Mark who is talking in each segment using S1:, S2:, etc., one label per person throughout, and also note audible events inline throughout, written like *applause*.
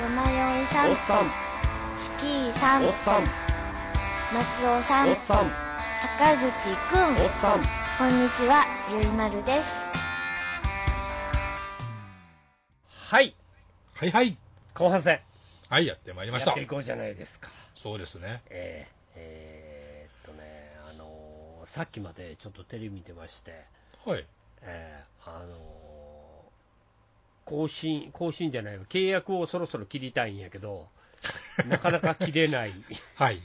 S1: さん
S2: さん
S1: スキーさん
S2: おっさん
S1: 松尾さん
S2: おっさん
S1: 坂口くん
S2: おっさん
S1: こんにちはゆいまるです
S2: はい
S3: はいはい。
S2: 後半戦
S3: はい、やってまいりまし
S2: やったて。いこうじゃないですか
S3: そうですね。
S2: えー、えーっとねあのーさっきまでちょっとテレビ見てまして
S3: はい。
S2: えーあのー更新、更新じゃないわ契約をそろそろ切りたいんやけ *laughs* ど、なかなか切れない、
S3: はい。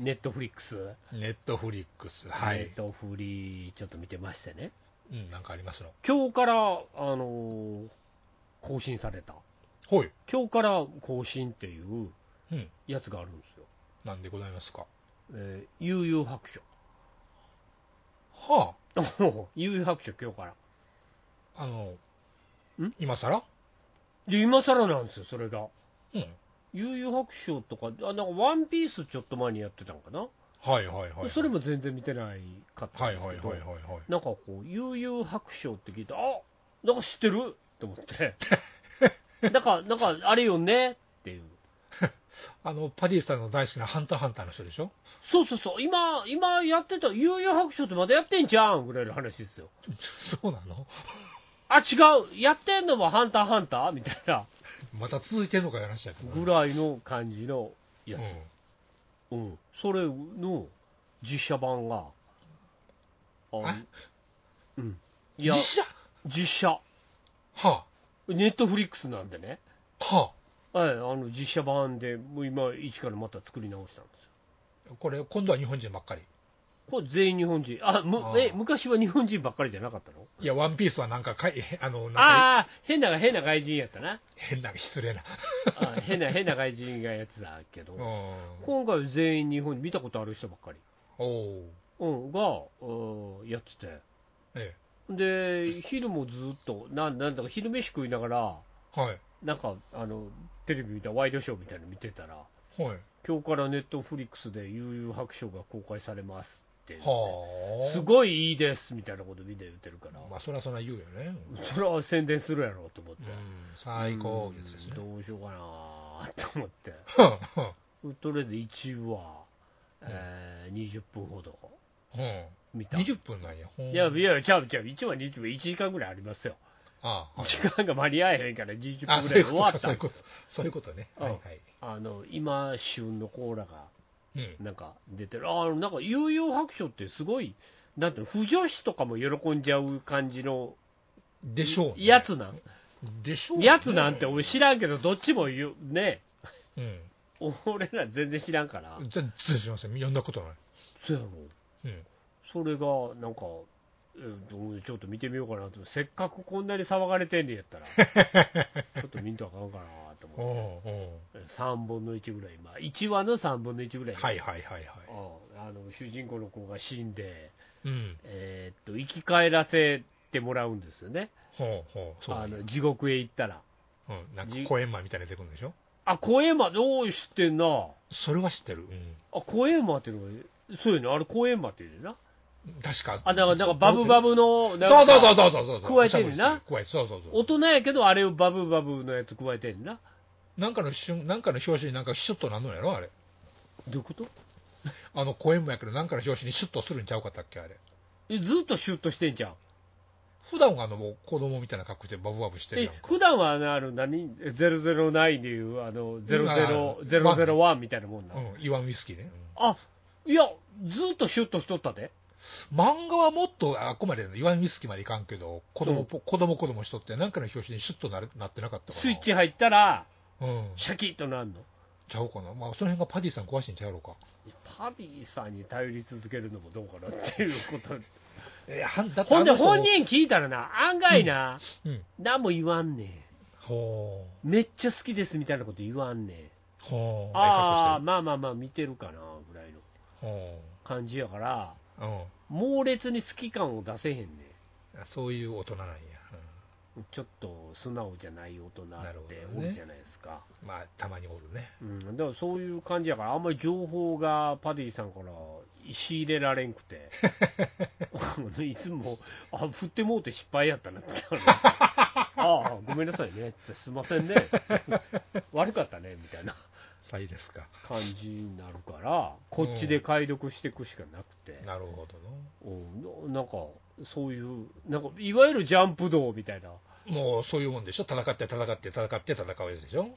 S2: ネットフリックス、
S3: ネットフリックス。は
S2: ネ
S3: い
S2: ッ。トフリちょっと見てましてね、
S3: うん、なんかありますの。
S2: 今日から、あのー更新された、
S3: はい。
S2: 今日から更新っていう
S3: うん。
S2: やつがあるんですよ、
S3: なんでございますか。
S2: えー悠々白
S3: *laughs*
S2: 書、
S3: は
S2: 悠々白書、今日から。
S3: あ。あの
S2: ん、
S3: 今更
S2: で、今更なんですよ、それが。
S3: うん。
S2: 悠々白書とか、あなんかワンピースちょっと前にやってたんかな。
S3: はいはいはい。
S2: それも全然見てないかった
S3: は
S2: ん
S3: い
S2: です
S3: はい
S2: け
S3: はい
S2: ど、
S3: はいはい。
S2: なんかこう、悠々白書って聞いて、あなんか知ってると思
S3: *laughs*
S2: って、なんか、なんかあれよねっていう、
S3: あの、パディさんの大好きなハンターハンターの人でしょ *laughs*
S2: そうそうそう、今、今やってた、悠々白書ってまだやってんじゃんぐらいの話ですよ。
S3: そうなの
S2: あ、違う、やってんのもハンターハンターみたいな
S3: また続いてんのかやらしちゃう
S2: ぐらいの感じのや
S3: うん。
S2: つ、うん、それの実写版が、あ
S3: あ
S2: うん、いや
S3: 実、写
S2: 実写、
S3: は
S2: ネットフリックスなんでね。
S3: あ。は
S2: はい、あの実写版で、もう今、一からまた作り直したんですよ。
S3: あ。これ、今度は日本人ばっかり。
S2: これ、全員日本人。あ、む
S3: あー
S2: え昔は日本人ばっかりじゃなかったの
S3: いや、ワンピースはなんかかい、あの、なんか
S2: ああ、変な、変な外人やったな。
S3: 変な、失礼な。
S2: あ変な、変な外人がやつだけ
S3: *laughs* う
S2: ど
S3: ん。、お
S2: 今回は全員日本人、見たことある人ばっかり、
S3: お。
S2: うん、が、うんやってて。
S3: え
S2: で、昼もずっと、なんなんだか昼飯食いながら、
S3: え。はい。
S2: なんか、あの、テレビ見たワイドショーみたいなの見てたら、
S3: はい。
S2: 今日からネットフリックスで悠々白書が公開されますって言って。
S3: はあ。
S2: すごいいいですみたいなことみんな言ってるから、
S3: まあ、それはそれは言うよね。
S2: それは宣伝するやろうと思って、
S3: うん。最高ですです
S2: う
S3: ね。
S2: んどうしようかなと思って、
S3: はあは
S2: とりあえず1話、えー、20分ほど
S3: あは
S2: 見
S3: あ
S2: た。
S3: 20分なんや。ほん
S2: いやいや、ちゃうちゃう、1話、20分、1時間ぐらいありますよ、
S3: ああ、はい
S2: 時間が間に合えへんから、20
S3: あ、
S2: 分
S3: そ
S2: ぐらい
S3: うい
S2: うで
S3: こ
S2: 終
S3: と
S2: わ
S3: か、
S2: っ
S3: そ
S2: た
S3: ういうん
S2: で
S3: こと
S2: す、
S3: そういうことね。
S2: うん
S3: はいはい。
S2: あの今、旬のコーラが
S3: うん。
S2: なんか出てる、あーなんか、悠々白書ってすごい、なんていうの、不女子とかも喜んじゃう感じの
S3: でしょう、ね。
S2: やつなん。
S3: でしょう、
S2: やつなんて俺知らんけど、どっちも言う、ね、
S3: うん。
S2: 俺ら全然知らんから、
S3: 全然知りません。読んだことない。
S2: そうやろ、
S3: うん。
S2: それがなんか、えーちょっと見てみようかなと、せっかくこんなに騒がれてんねんやったら、
S3: *laughs*
S2: ちょっと見んとあかんかなと
S3: お
S2: 思って、
S3: うお
S2: 3分の1ぐらい、今、1話の3分の1ぐら
S3: う
S2: い、
S3: はいはいはいはい。
S2: うんあの主人公の子が死んで、
S3: うん。
S2: えーっと生き返らせてもらうんですよね、
S3: ほうほう。そう
S2: あ
S3: だね、
S2: の地獄へ行ったら。
S3: うん。なんか
S2: じ
S3: 公園マンみたいなの出てくるんでしょ
S2: あ、小エマ、おー、知ってんな。
S3: それは知ってる。う
S2: あ、小エマっていうのが、そういうの、あれ、小エマっていうねんな。
S3: ん。確か。
S2: あ、だから、なんかバブバ
S3: ブ。
S2: ブの、な
S3: そ
S2: ん
S3: うそうそ
S2: か
S3: うそうそうそう。
S2: 加えてるな
S3: 加えて、そうそうそう
S2: 大。人やけど、あれをバブバブのやつ加えてんな。
S3: なんかの瞬、なんかの表紙になんかシュッとなんのやろあれ。
S2: どういうこと
S3: あの公演もやけど、なんかの表紙にシュッとするんちゃうかったっけ、あれ。
S2: えずっとシュッとしてんじゃん。
S3: 普段はあの、もう子供みたいな格好でバブバブしてる
S2: え
S3: やん、か。
S2: 普段はあの、あの、何、009でいう、あの、
S3: あ
S2: 00、
S3: ー
S2: 001みたいなもんな。
S3: うん、イワンウイスキーね。
S2: あ、いや、ずっとシュッとしとったで。
S3: うん漫画はもっと、ああくまで、イワンウイスキーまでいかんけど、子供っぽ、子供子供しとって、なんかの表紙にシュッとなれなってなかったかな。
S2: スイッ。チ入ったら、
S3: うん。
S2: シャキッとなんの。
S3: ちゃうかな。まあ、その辺がパディさん詳しいんちゃうやろうか。
S2: いやパビーさんに頼り続けるのもどうかなっていうこと。
S3: え、はん、だっ
S2: *laughs*
S3: て
S2: ほんで、
S3: あの人も
S2: 本。人聞いたらな、案外な、
S3: うん。
S2: 何も言わんねん。
S3: ほう。
S2: めっちゃ好きですみたいなこと言わんねん。
S3: ほう。
S2: ああ、
S3: あ。
S2: まあまあまあ、見てるかなぐらいの
S3: ほ
S2: 感じやから、
S3: う。うん
S2: 猛烈に好き感を出せへんね
S3: あ。そういう大人なんや。
S2: んちょっと素直じゃない大人
S3: なる
S2: っ
S3: ほ
S2: て
S3: ど
S2: お
S3: ね
S2: るじゃないですか、
S3: うん。まあ、たまにおるね。
S2: うん、だからそういう感じやから、あんまり情報がパディさんから仕入れられんくて、 *laughs* いつも、あ振ってもうて失敗やったなって言ったんですよああ、ごめんなさいね、すいませんね、悪かったねみたいな
S3: 歳ですか。
S2: 感じになるから、こっちで解読していくしかなくて、
S3: なるほど
S2: うんななんか、そういう、なんか、いわゆるジャンプ道みたいな、
S3: な。もうそういうもんでしょ。戦って戦って戦って戦うやつでしょ。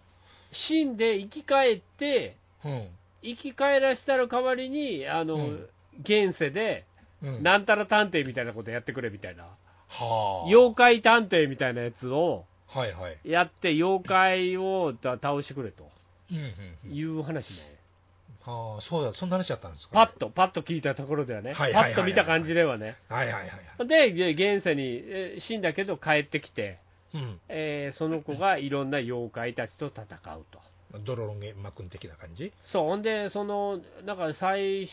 S2: 死んで生き返って、
S3: うん。
S2: 生き返らしたら代わりに、あの、
S3: うん
S2: 現世で、
S3: うん、
S2: なんたら探偵みたいなことやってくれみたいな、
S3: はあ。
S2: 妖怪探偵みたいなやつを
S3: はいはい。
S2: やって、妖怪をだ倒してくれと
S3: うんうんうん。
S2: いう話ね、
S3: はあ、そうだ、そんな話だったんですか。
S2: パッと、パッと聞いたところではね、パ
S3: はいはいはいは
S2: ッ
S3: い
S2: と見た感じではね、
S3: はいはいはいはい。
S2: で、で現世にえー死んだけど帰ってきて、
S3: うん。
S2: えーその子がいろんな妖怪たちと戦うと。
S3: ドロロンゲマ君的な感じ
S2: そう、ほんで、その、なんか最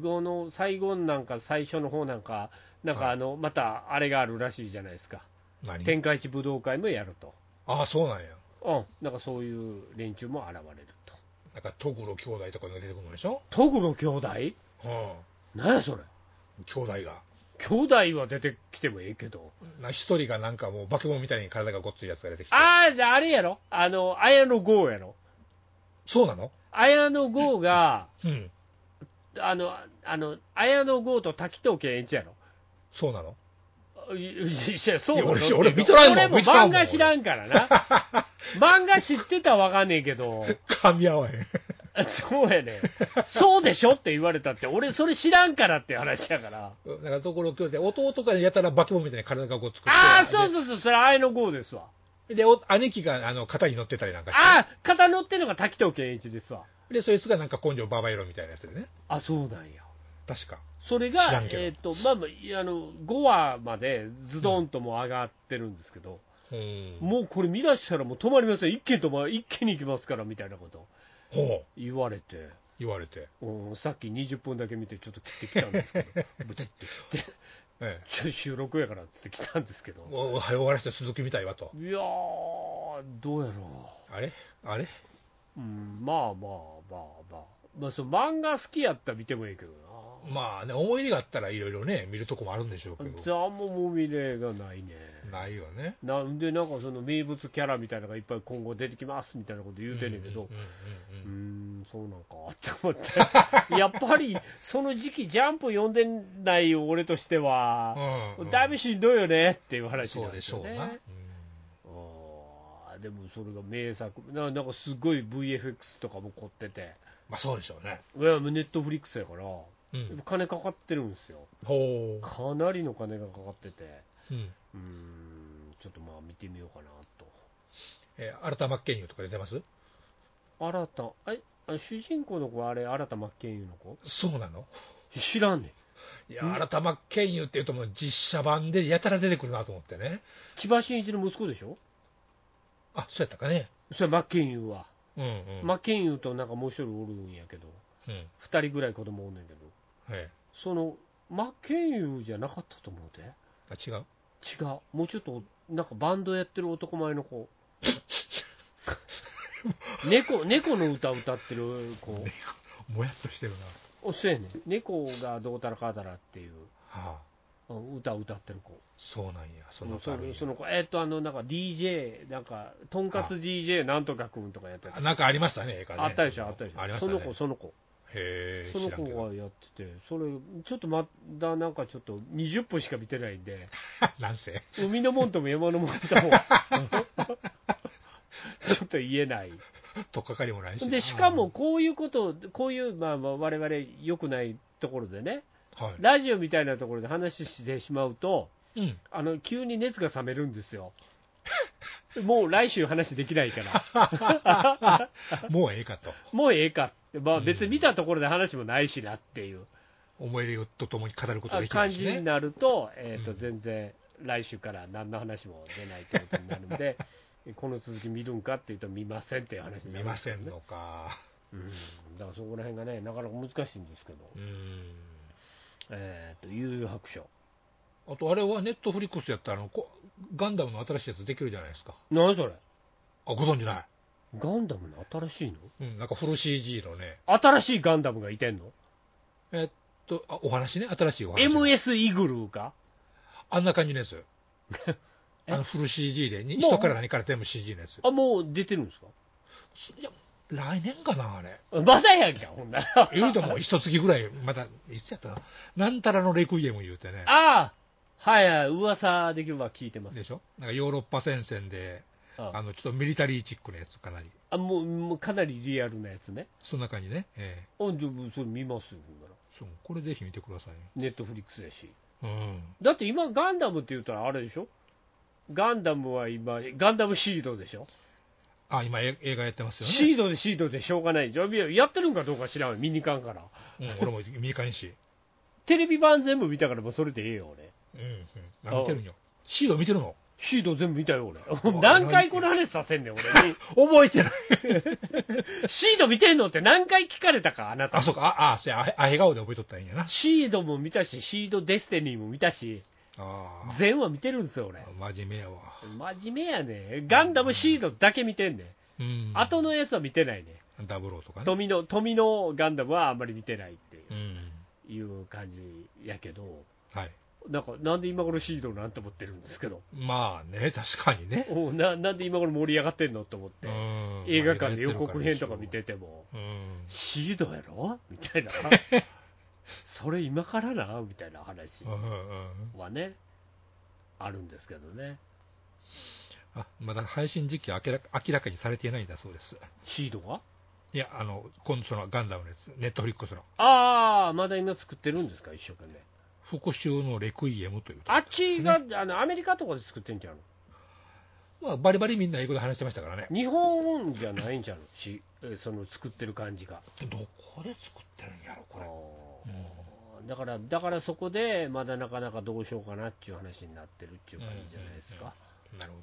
S2: 後の、最後なんか最初の方なんか、なんかあの、またあれがあるらしいじゃないですか。
S3: 何
S2: 天下一武道会もやると。
S3: ああ、そうなんや。
S2: うん、なんかそういう連中も現れると。
S3: なんか、トグロ兄弟とかが出てくるんでしょ
S2: トグロ兄弟
S3: うん。
S2: なんやそれ。
S3: 兄弟が。
S2: 兄弟は出てきてもええけど。
S3: な一人がなんかもう化け物みたいに体がごっついやつが出てきて。
S2: ああ、あれやろあの、綾野剛やろ
S3: そうなの
S2: 綾野剛が、
S3: うん。
S2: あの、あの、綾野剛と滝藤健一やろ
S3: そうなの
S2: いいや、そう
S3: いや俺
S2: そう
S3: 俺見とらんもん
S2: 俺も
S3: 見とらん
S2: 漫
S3: もん
S2: 画知らんからな。 *laughs* 漫画知ってたらわかんねえけど、
S3: 噛み合わへ *laughs* ん。
S2: そうやねそうでしょって言われたって、俺それ知らんからって話やから。
S3: うんなんか、トグロ兄弟、弟がやたら化け物みたいに体がごっつくて。
S2: ああ、そうそうそう、それ、あれの号ですわ。
S3: う。で、お兄貴があの肩に乗ってたりなんかして。
S2: ああ、肩乗ってるのが滝藤健一ですわ。
S3: で、そいつがなんか根性ババエロみたいなやつでね。
S2: あ、そうなんや。
S3: 確か。
S2: それ
S3: 知ら
S2: が、
S3: んけど
S2: えっ、と、まあまあいや、あの、5話までズドンともう上がってるんですけど、
S3: うん。
S2: もうこれ見出したらもう止まりません。一気に止ま一気に行きますから、みたいなこと
S3: ほう。
S2: 言われて。
S3: 言われて。
S2: うん、さっき20分だけ見て、ちょっと切ってきたんです
S3: *laughs*
S2: けど、ブチって切って、
S3: ええ。
S2: ちょ収録やからっつって来たんですけど、い
S3: おお早終わらせて鈴木みたいわと。
S2: やー、どうやろ
S3: あれあれ
S2: う、うん、まあまあまあまあ、まあ、その漫画好きやったら見てもいいけど
S3: まあね、思い入れがあったらいろいろね、見るとこもあるんでしょうけ
S2: な、
S3: ど。
S2: ざんももみれがないね。
S3: ないよね。
S2: なんで、なんかその名物キャラみたいなのがいっぱい今後出てきますみたいなこと言うてんねんけど
S3: うん、うん
S2: う
S3: う
S2: ー
S3: んうん
S2: ん、そうなんかって思って、 *laughs* やっぱりその時期、ジャンプ読んでない俺としては、
S3: うんうん
S2: だいぶしんどいよねっていう話
S3: そ
S2: な
S3: うん
S2: で
S3: ですし
S2: よ
S3: ょう
S2: ね。
S3: な。うん
S2: あーでもそれが名作な、なんかすごい VFX とかも凝ってて、
S3: まあそうでしょうね。
S2: いやもうネットフリックスやから、
S3: うん。
S2: 金かかってるんですよ、
S3: ほ
S2: かなりの金がかかってて、
S3: う。うん。
S2: うーん、ちょっとまあ見てみようかなと。
S3: えー、新田真剣佑とか出てます
S2: 新た、えあ主人公の子、あれ、新田真剣佑の子
S3: そうなの
S2: 知らんねん。
S3: いうや、
S2: ん
S3: 新田真剣佑っていうともう実写版でやたら出てくるなと思ってね。
S2: 千葉真一の息子でしょ
S3: あ、そうやったかね。
S2: それ真剣佑は。
S3: うんうん。
S2: 真剣佑となんかもう一人おるんやけど、
S3: うん。はい
S2: 二人ぐらい子供おんねんけど、その、真剣佑じゃなかったと思うで。
S3: あ、違う
S2: 違う、もうちょっと、なんかバンドやってる男前の
S3: *laughs*
S2: 子。猫、猫の歌歌ってる子。
S3: もやっとしてるな。
S2: おそうやねん猫がどうたらかだらっていう、
S3: は
S2: う
S3: あ、
S2: ん歌歌ってる子。
S3: そうなんや。そ
S2: そ
S3: の
S2: の
S3: 子あ
S2: そ
S3: るんや
S2: のその子、えっ、と、あの、なんか DJ、なんか、とんかつ DJ なんとかくんとかやってた。
S3: あなんかありましたね、映画ね
S2: あったでしょ、あったでしょ。
S3: ありまし
S2: そ
S3: たね
S2: の。子、その子。
S3: へえ。
S2: その
S3: 知らんけ
S2: 子
S3: ど
S2: がやってて、それ、ちょっとまだなんかちょっと20分しか見てないんで、
S3: なん *laughs* せ。
S2: 海のもんとも山のもんとも、 *laughs* ちょっと言えない。
S3: とっかかりもないし。
S2: で、しかも、こういうこと、こういう、まあ、まあ我々良くないところでね、
S3: は
S2: ラジオみたいなところで話してしまうと、
S3: い。うん。
S2: あの、急に熱が冷めるんですよ。もう来週話できない
S3: *laughs*
S2: から、
S3: もうええかと。
S2: もうええかって、まあ別に見たところで話もないしなっていう
S3: 思い入れとともに語ること
S2: あ
S3: できな
S2: 感
S3: いし
S2: じ
S3: ね。
S2: になると、えっ、と、
S3: うん
S2: 全然来週から何の話も出ないってことになるん
S3: *laughs*
S2: で、この続き見るんかっていうと見ませんっていう話にな
S3: 見
S2: る
S3: ま
S2: です
S3: せ
S2: よ
S3: ん
S2: ね
S3: のか。
S2: うん、だからそこら辺がね、なかなか難しいんですけど、
S3: うん。
S2: えっ、と、悠々白書。
S3: あと、あれはネットフリックスやったらあの、こガンダムの新しいやつできるじゃないですか。
S2: 何それ
S3: あ、ご存知ない。
S2: ガンダムの新しいの
S3: うん、なんかフル CG のね、
S2: 新しいガンダムがいてんの
S3: えっと、あお話ね、新しいお話。
S2: ?MS イグルーか
S3: あんな感じのや *laughs* つ。
S2: え
S3: あのフル CG で、に
S2: もう
S3: 人から何から全部 CG のやつ。
S2: あ、もう出てるんですか
S3: いや来年かな、あれ。
S2: まだやんか、ほ
S3: *laughs*
S2: んなら。あ
S3: 言うともう一月ぐらい、また、いつやったかな。なんたらのレクイエム言うてね。
S2: あはいはい、噂できれば聞いてます。
S3: でしょなんかヨーロッパ戦線で、
S2: あ
S3: あの、ちょっとミリタリーチックなやつ、かなり。
S2: あもうもうかなりリアルなやつね。
S3: そんな感じね。え
S2: あじゃあそれ見ますよ、ほんなら。
S3: えそうこれぜひ見てください。
S2: ネットフリックスやし。
S3: うん。
S2: だって今、ガンダムって言ったらあれでしょガンダムは今、ガンダムシードでしょ、
S3: あ、今え映画やってますよね。
S2: シードでシードでしょうがないでしょいややってるんかどうか知らん、見に行かんから。
S3: うん、俺も見に行かんし。
S2: テレビ版全部見たからもうそれでええよ、俺。
S3: うん、うん。あ見てるんよ。シード見てるの
S2: シード全部見たよ、俺。何回この話させん
S3: *laughs*
S2: ねん、俺に。
S3: 覚えて *laughs* ない。
S2: シード見てんのって何回聞かれたか、あな
S3: あ、
S2: た。
S3: そうか。あ、あ、せや、あへあへ顔で覚えとったらいいんやな。
S2: シードも見たし、シードデスティニーも見たし、
S3: あ
S2: 全話見てるんですよ、俺。
S3: あ、真面目やわ。
S2: 真面目やね。ガンダムシードだけ見てんねん。
S3: うん。
S2: 後のやつは見てないね。
S3: ダブローとかね。
S2: 富の、富のガンダムはあんまり見てないっていう。
S3: うん。
S2: いう感じやけど、
S3: はい。
S2: なんか、なんで今頃シードなんて思ってるんですけど、 *laughs*
S3: まあね、 *laughs* 確かにね。
S2: おうななんで今頃盛り上がってんのと思って、
S3: うん
S2: 映画館で予告編とか見てても、
S3: うん。
S2: シードやろみた
S3: *laughs*
S2: いな、それ今からなみたいな話
S3: うんうんうん
S2: はね、あるんですけどね、
S3: あまだ配信時期は明らか明らかにされていないんだそうです。
S2: シードが
S3: いや、あの、今度そのガンダムのやつ、ネットフリックスの
S2: ああ、まだ今作ってるんですか、一生懸命。
S3: 復讐のレクイエムというと
S2: あっちが、あのアメリカとかで作ってんじゃん。
S3: まあ、バリバリみんな英語で話してましたからね。
S2: 日本じゃないんじゃん、しえその作ってる感じが。
S3: どこで作ってるんやろ、これ。
S2: あーだから、だからそこで、まだなかなかどうしようかなっていう話になってるっていう感じじゃないですか。
S3: なるほ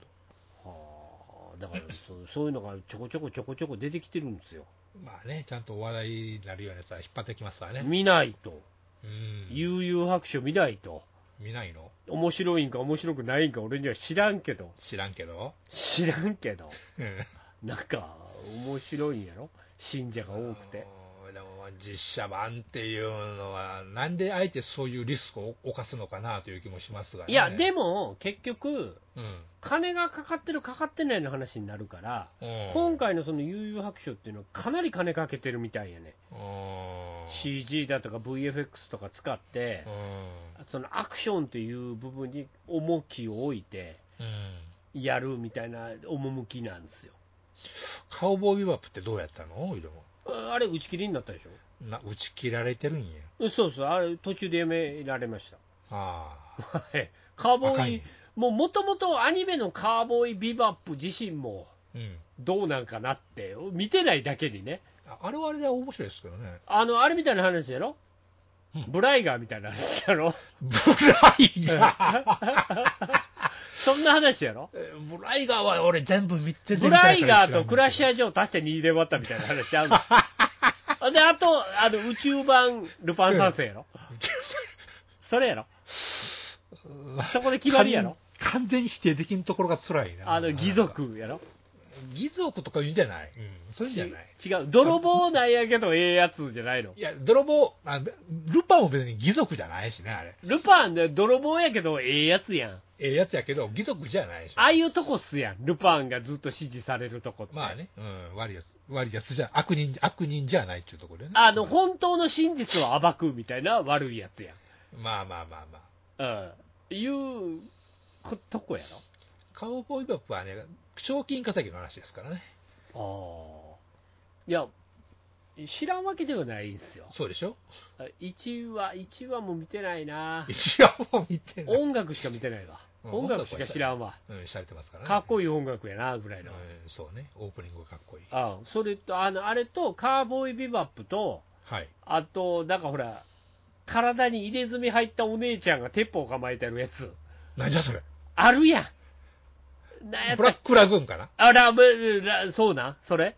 S2: はあだからそう、そういうのがちょこちょこちょこちょこ出てきてるんですよ。
S3: ど。まあね、ちゃんとお笑いになるようなやつは引っ張ってきますわね。
S2: 見ないと、
S3: うん。
S2: 悠々白書見ないと、
S3: 見ないの
S2: 面白いんか面白くないんか、俺には知らんけど、
S3: 知らんけど。
S2: 知らんけど、
S3: うん
S2: なんか、面白いんやろ、信者が多くて。
S3: あのでも実写版っていうのは、なんであえてそういうリスクを犯すのかなという気もしますが、ね、
S2: いや、でも、結局、
S3: うん、
S2: 金がかかってる、かかってないの話になるから、
S3: うん
S2: 今回のその悠々白書っていうのは、かなり金かけてるみたいやね、
S3: うん
S2: CG だとか VFX とか使って
S3: う、ん
S2: そのアクションっていう部分に重きを置いて
S3: うん
S2: やるみたいな趣なんですよ。
S3: カウボーイビバップってどうやったのでも
S2: ああれ、打ち切りになったでしょ
S3: な打ち切られてるんや。
S2: うんそうそう、あれ、途中でやめられました。
S3: ああ、
S2: はいカーボ
S3: *laughs* 若
S2: ー
S3: い
S2: イ
S3: ね、
S2: もうもともとアニメのカーボーイビバップ自身も
S3: うん
S2: どうなんかなって、見てないだけにね、
S3: あ。あれはあれで面白いですけどね。
S2: あの、あれみたいな話やろ、
S3: うん
S2: ブライガーみたいな話やろ
S3: ブライガー
S2: そんな話やろ
S3: え *laughs* ブライガーは俺全部見てて
S2: ブ
S3: みた
S2: ラ
S3: い
S2: イガー
S3: から知らんけど
S2: とクラッシャージョー足して2で割ったみたいな話ある
S3: *laughs*
S2: ので、あと、あの、宇宙版ルパン三世やろそれやろ
S3: *laughs*
S2: そこで決まりやろ
S3: 完完全に否定できんところが辛いな。
S2: あの、義族やろ
S3: 義族とか言うんじゃない、うん、そういうんじゃない。
S2: 違う。泥棒なんやけどええやつじゃないの
S3: いや、泥棒あ、ルパンも別に義族じゃないしね、あれ。
S2: ルパンね、泥棒やけどええやつやん。あ
S3: ええやつやけど、義族じゃないし。
S2: あいうとこっすやん。ルパンがずっと支持されるとこって。
S3: まあね、うん、悪いやつ、悪いやつじゃ、悪人、悪人じゃないっていうところでね。
S2: あの、本当の真実を暴くみたいな悪いやつやん。
S3: まあまあまあまあ。
S2: うん。いうことこやろ
S3: カウボーイビバップはね、賞金稼ぎの話ですからね。
S2: ああ。いや、知らんわけではないんすよ。
S3: そうでしょ
S2: 1話、1話も見てないな。
S3: 一応もう見てない。
S2: 音楽しか見てないわ。
S3: うん
S2: 音楽しか知らんわ。
S3: うん、しゃれてますからね。
S2: かっこ
S3: い
S2: いい音楽やな、ぐらいの。
S3: うん、そうね。オープニングがかっこいい。
S2: あそれと、あの、あれと、カーボーイビバップと、
S3: はい。
S2: あと、なんかほら、体に入れ墨入ったお姉ちゃんが鉄砲構えてるやつ。
S3: なんじゃそれ。
S2: あるやん。なんやっ
S3: ブ
S2: た
S3: ラッ
S2: っけ
S3: クラグーンかな
S2: あら、ぶらそうなんそれ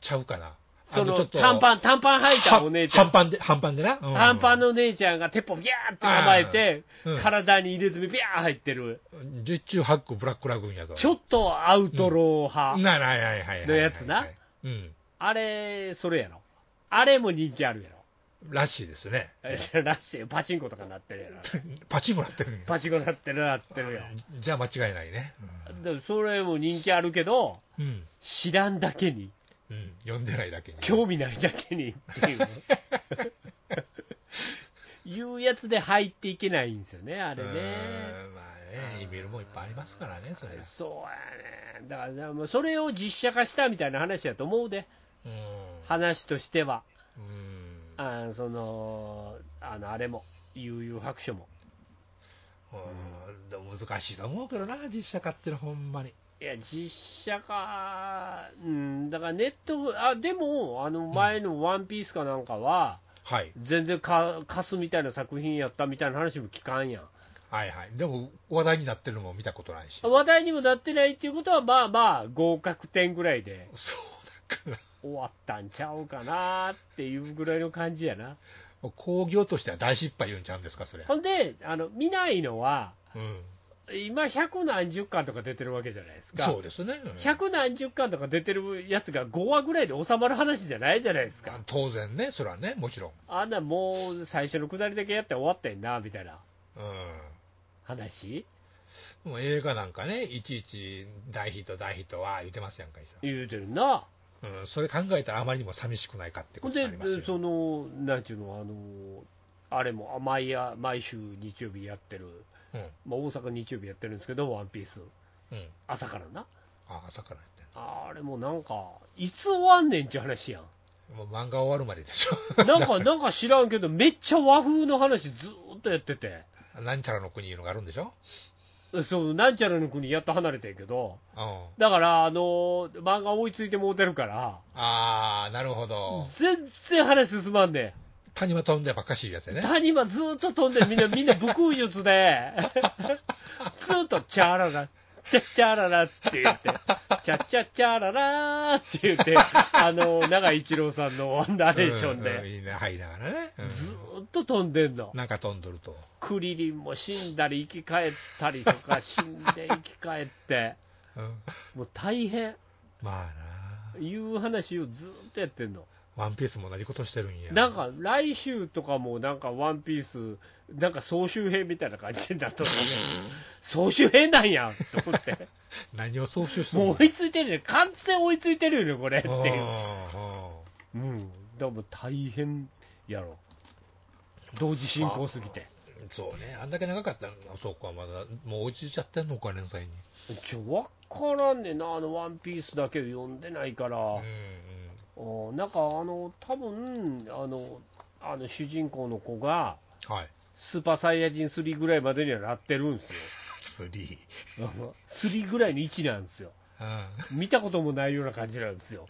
S3: ちゃうかな
S2: その、短パ
S3: ン
S2: ン、短パン履いたお姉ちゃん。
S3: 半パンで、半パンでな。うん
S2: アンパンの姉ちゃんが鉄砲ビャーって構えて、
S3: うん
S2: 体に入れ墨ビャー入ってる、
S3: 十中八九ブラックラグーンやと。
S2: ちょっとアウトロー派、
S3: なないはいはいはい。
S2: のやつな。
S3: うん。
S2: あれ、それやろ、あれも人気あるやろ、
S3: らしいですね。
S2: らしい、パチンコとかなってるやろ、
S3: パチンコなってるんや
S2: パチンコなってるなってるよ、
S3: じゃあ間違いないね。
S2: でもそれも人気あるけど、
S3: うん。
S2: 知らんだけに、
S3: うん、読んでないだけに。
S2: 興味ないだけにっていうねいうやつで入っていけないんですよね、あれね。
S3: うんまあね、イメールもいっぱいありますからね、それ。
S2: そうやね。だからだから、それを実写化したみたいな話やと思うで、
S3: うん。
S2: 話としては。
S3: うん。
S2: あーその、あの、あれも、悠々白書も。
S3: うんでも難しいと思うけどな、実写化ってのはほんまに。
S2: いや、実写化、うん、だからネット、あ、でも、あの前のワンピースかなんかは、
S3: はい。
S2: 全然か、貸すみたいな作品やったみたいな話も聞かんやん。
S3: はいはい。でも、話題になってるのも見たことないし。
S2: 話題にもなってないっていうことは、まあまあ、合格点ぐらいで
S3: そうだか
S2: 終わったんちゃうかなっていうぐらいの感じやな。
S3: ら、興行としては大失敗言うんちゃうんですか、それ。
S2: ほんで、あの、見ないのは、
S3: うん。
S2: 今、百何十巻とか出てるわけじゃないですか。
S3: そうですね。うん
S2: 百何十巻とか出てるやつが5話ぐらいで収まる話じゃないじゃないです
S3: まあ
S2: か。
S3: 当然ね、それはね、もちろん。
S2: あんなもう最初のくだりだけやって終わってんな、みたいな
S3: うん。
S2: 話
S3: でも映画なんかね、いちいち大ヒット、大ヒットは言ってますやんかいさ、
S2: 言うてるな。
S3: うん、それ考えたらあまりにも寂しくないかってこ
S2: ほん
S3: とに
S2: で
S3: なりますよ、、
S2: その、なんちゅうの、あの、あれも、あ毎夜、毎週日曜日やってる、
S3: うん
S2: まあ、大阪日曜日やってるんですけど、ワンピース。
S3: うん、
S2: 朝からな。
S3: あ朝からやってん
S2: あれもなんか、いつ終わんねんって話やん。
S3: の、もう漫画終わるまででしょ、
S2: なん
S3: *laughs*
S2: か、なんか知らんけど、めっちゃ和風の話ずーっとやってて。
S3: *laughs* なんちゃらの国いうのがあるんでしょ、
S2: そう、なんちゃらの国やっと離れてんけど、
S3: うん、
S2: だから、あのー漫画追いついてもうてるから、
S3: あー、なるほど、
S2: 全然話進まんね
S3: 谷間飛んでばっかしいやつや
S2: ん。
S3: ね、
S2: 谷間ずーっと飛んでる、みんな、みんな武空術で、
S3: *laughs*
S2: ずーっと、チャララ、チャッチャララって言って、チャッチャッチャララーって言って、あのー、長井一郎さんのナレーション
S3: うんうん
S2: で、
S3: いいね、入りながらね、うん
S2: ずーっと飛んでんの。
S3: なんか飛んどると、
S2: クリリンも死んだり生き返ったりとか、死んで生き返って、
S3: うん、
S2: もう大変。
S3: まあな、
S2: いう話をずーっとやってんの。
S3: ワンピースも同じことしてるんや、
S2: なんか来週とかもなんかワンピース、なんか総集編みたいな感じになっとるね。総集編なんやと思 *laughs* って。
S3: 何を総集するの
S2: もう追いついてるね。完全追いついてるよね、これって
S3: うん
S2: いう。
S3: うん
S2: うん。でもう大変やろ。同時進行すぎて。
S3: そうね、あんだけ長かったら、そうか、まだ、もう落ちちゃってんのか、連載に。
S2: ちょ、わからんねんな、あのワンピースだけ読んでないから。
S3: うんうん、
S2: おなんかあの、多分あの、あの主人公の子が、
S3: はい。
S2: スーパーサイヤ人3ぐらいまでにはなってるんですよ。
S3: 3。
S2: *laughs* 3ぐらいの位置なんですよ、見たこともないような感じなんです
S3: *laughs*
S2: よ、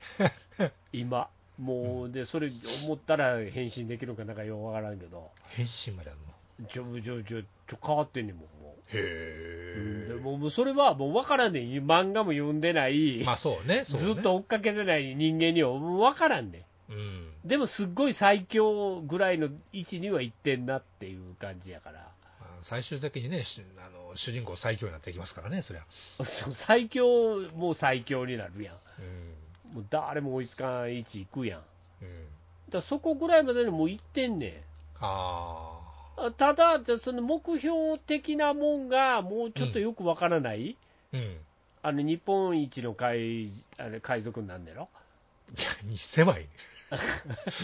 S2: 今、もう、でそれ思ったら返信できるのかなんかようわからんけど、
S3: 変身まであるの。
S2: ちょ、ちょ、ちょ、ちょ変わってんねんもん、もう、
S3: へ
S2: でももうそれはもうわからんねん、漫画も読んでない、
S3: まあそうね、そうね
S2: ずっと。追っかけてない人間にはもうわからんね
S3: うん。
S2: ん、でもすっごい最強ぐらいの位置にはいってんなっていう感じやから。 *laughs*
S3: まあ最終的にね、しあの主人公最強になっていきますからね、そりゃ。
S2: そう最強も最強になるや
S3: うん。
S2: ん、もう誰も追いつかん位置いくやん。
S3: うん。
S2: だからそこぐらいまでにもう行ってんね
S3: あ
S2: んあ、ただ、じゃあその目標的なもんが、もうちょっとよくわからない、
S3: ー。うん。
S2: あの日本一の海あれ海賊になんねやろ、
S3: に狭い *laughs* ね。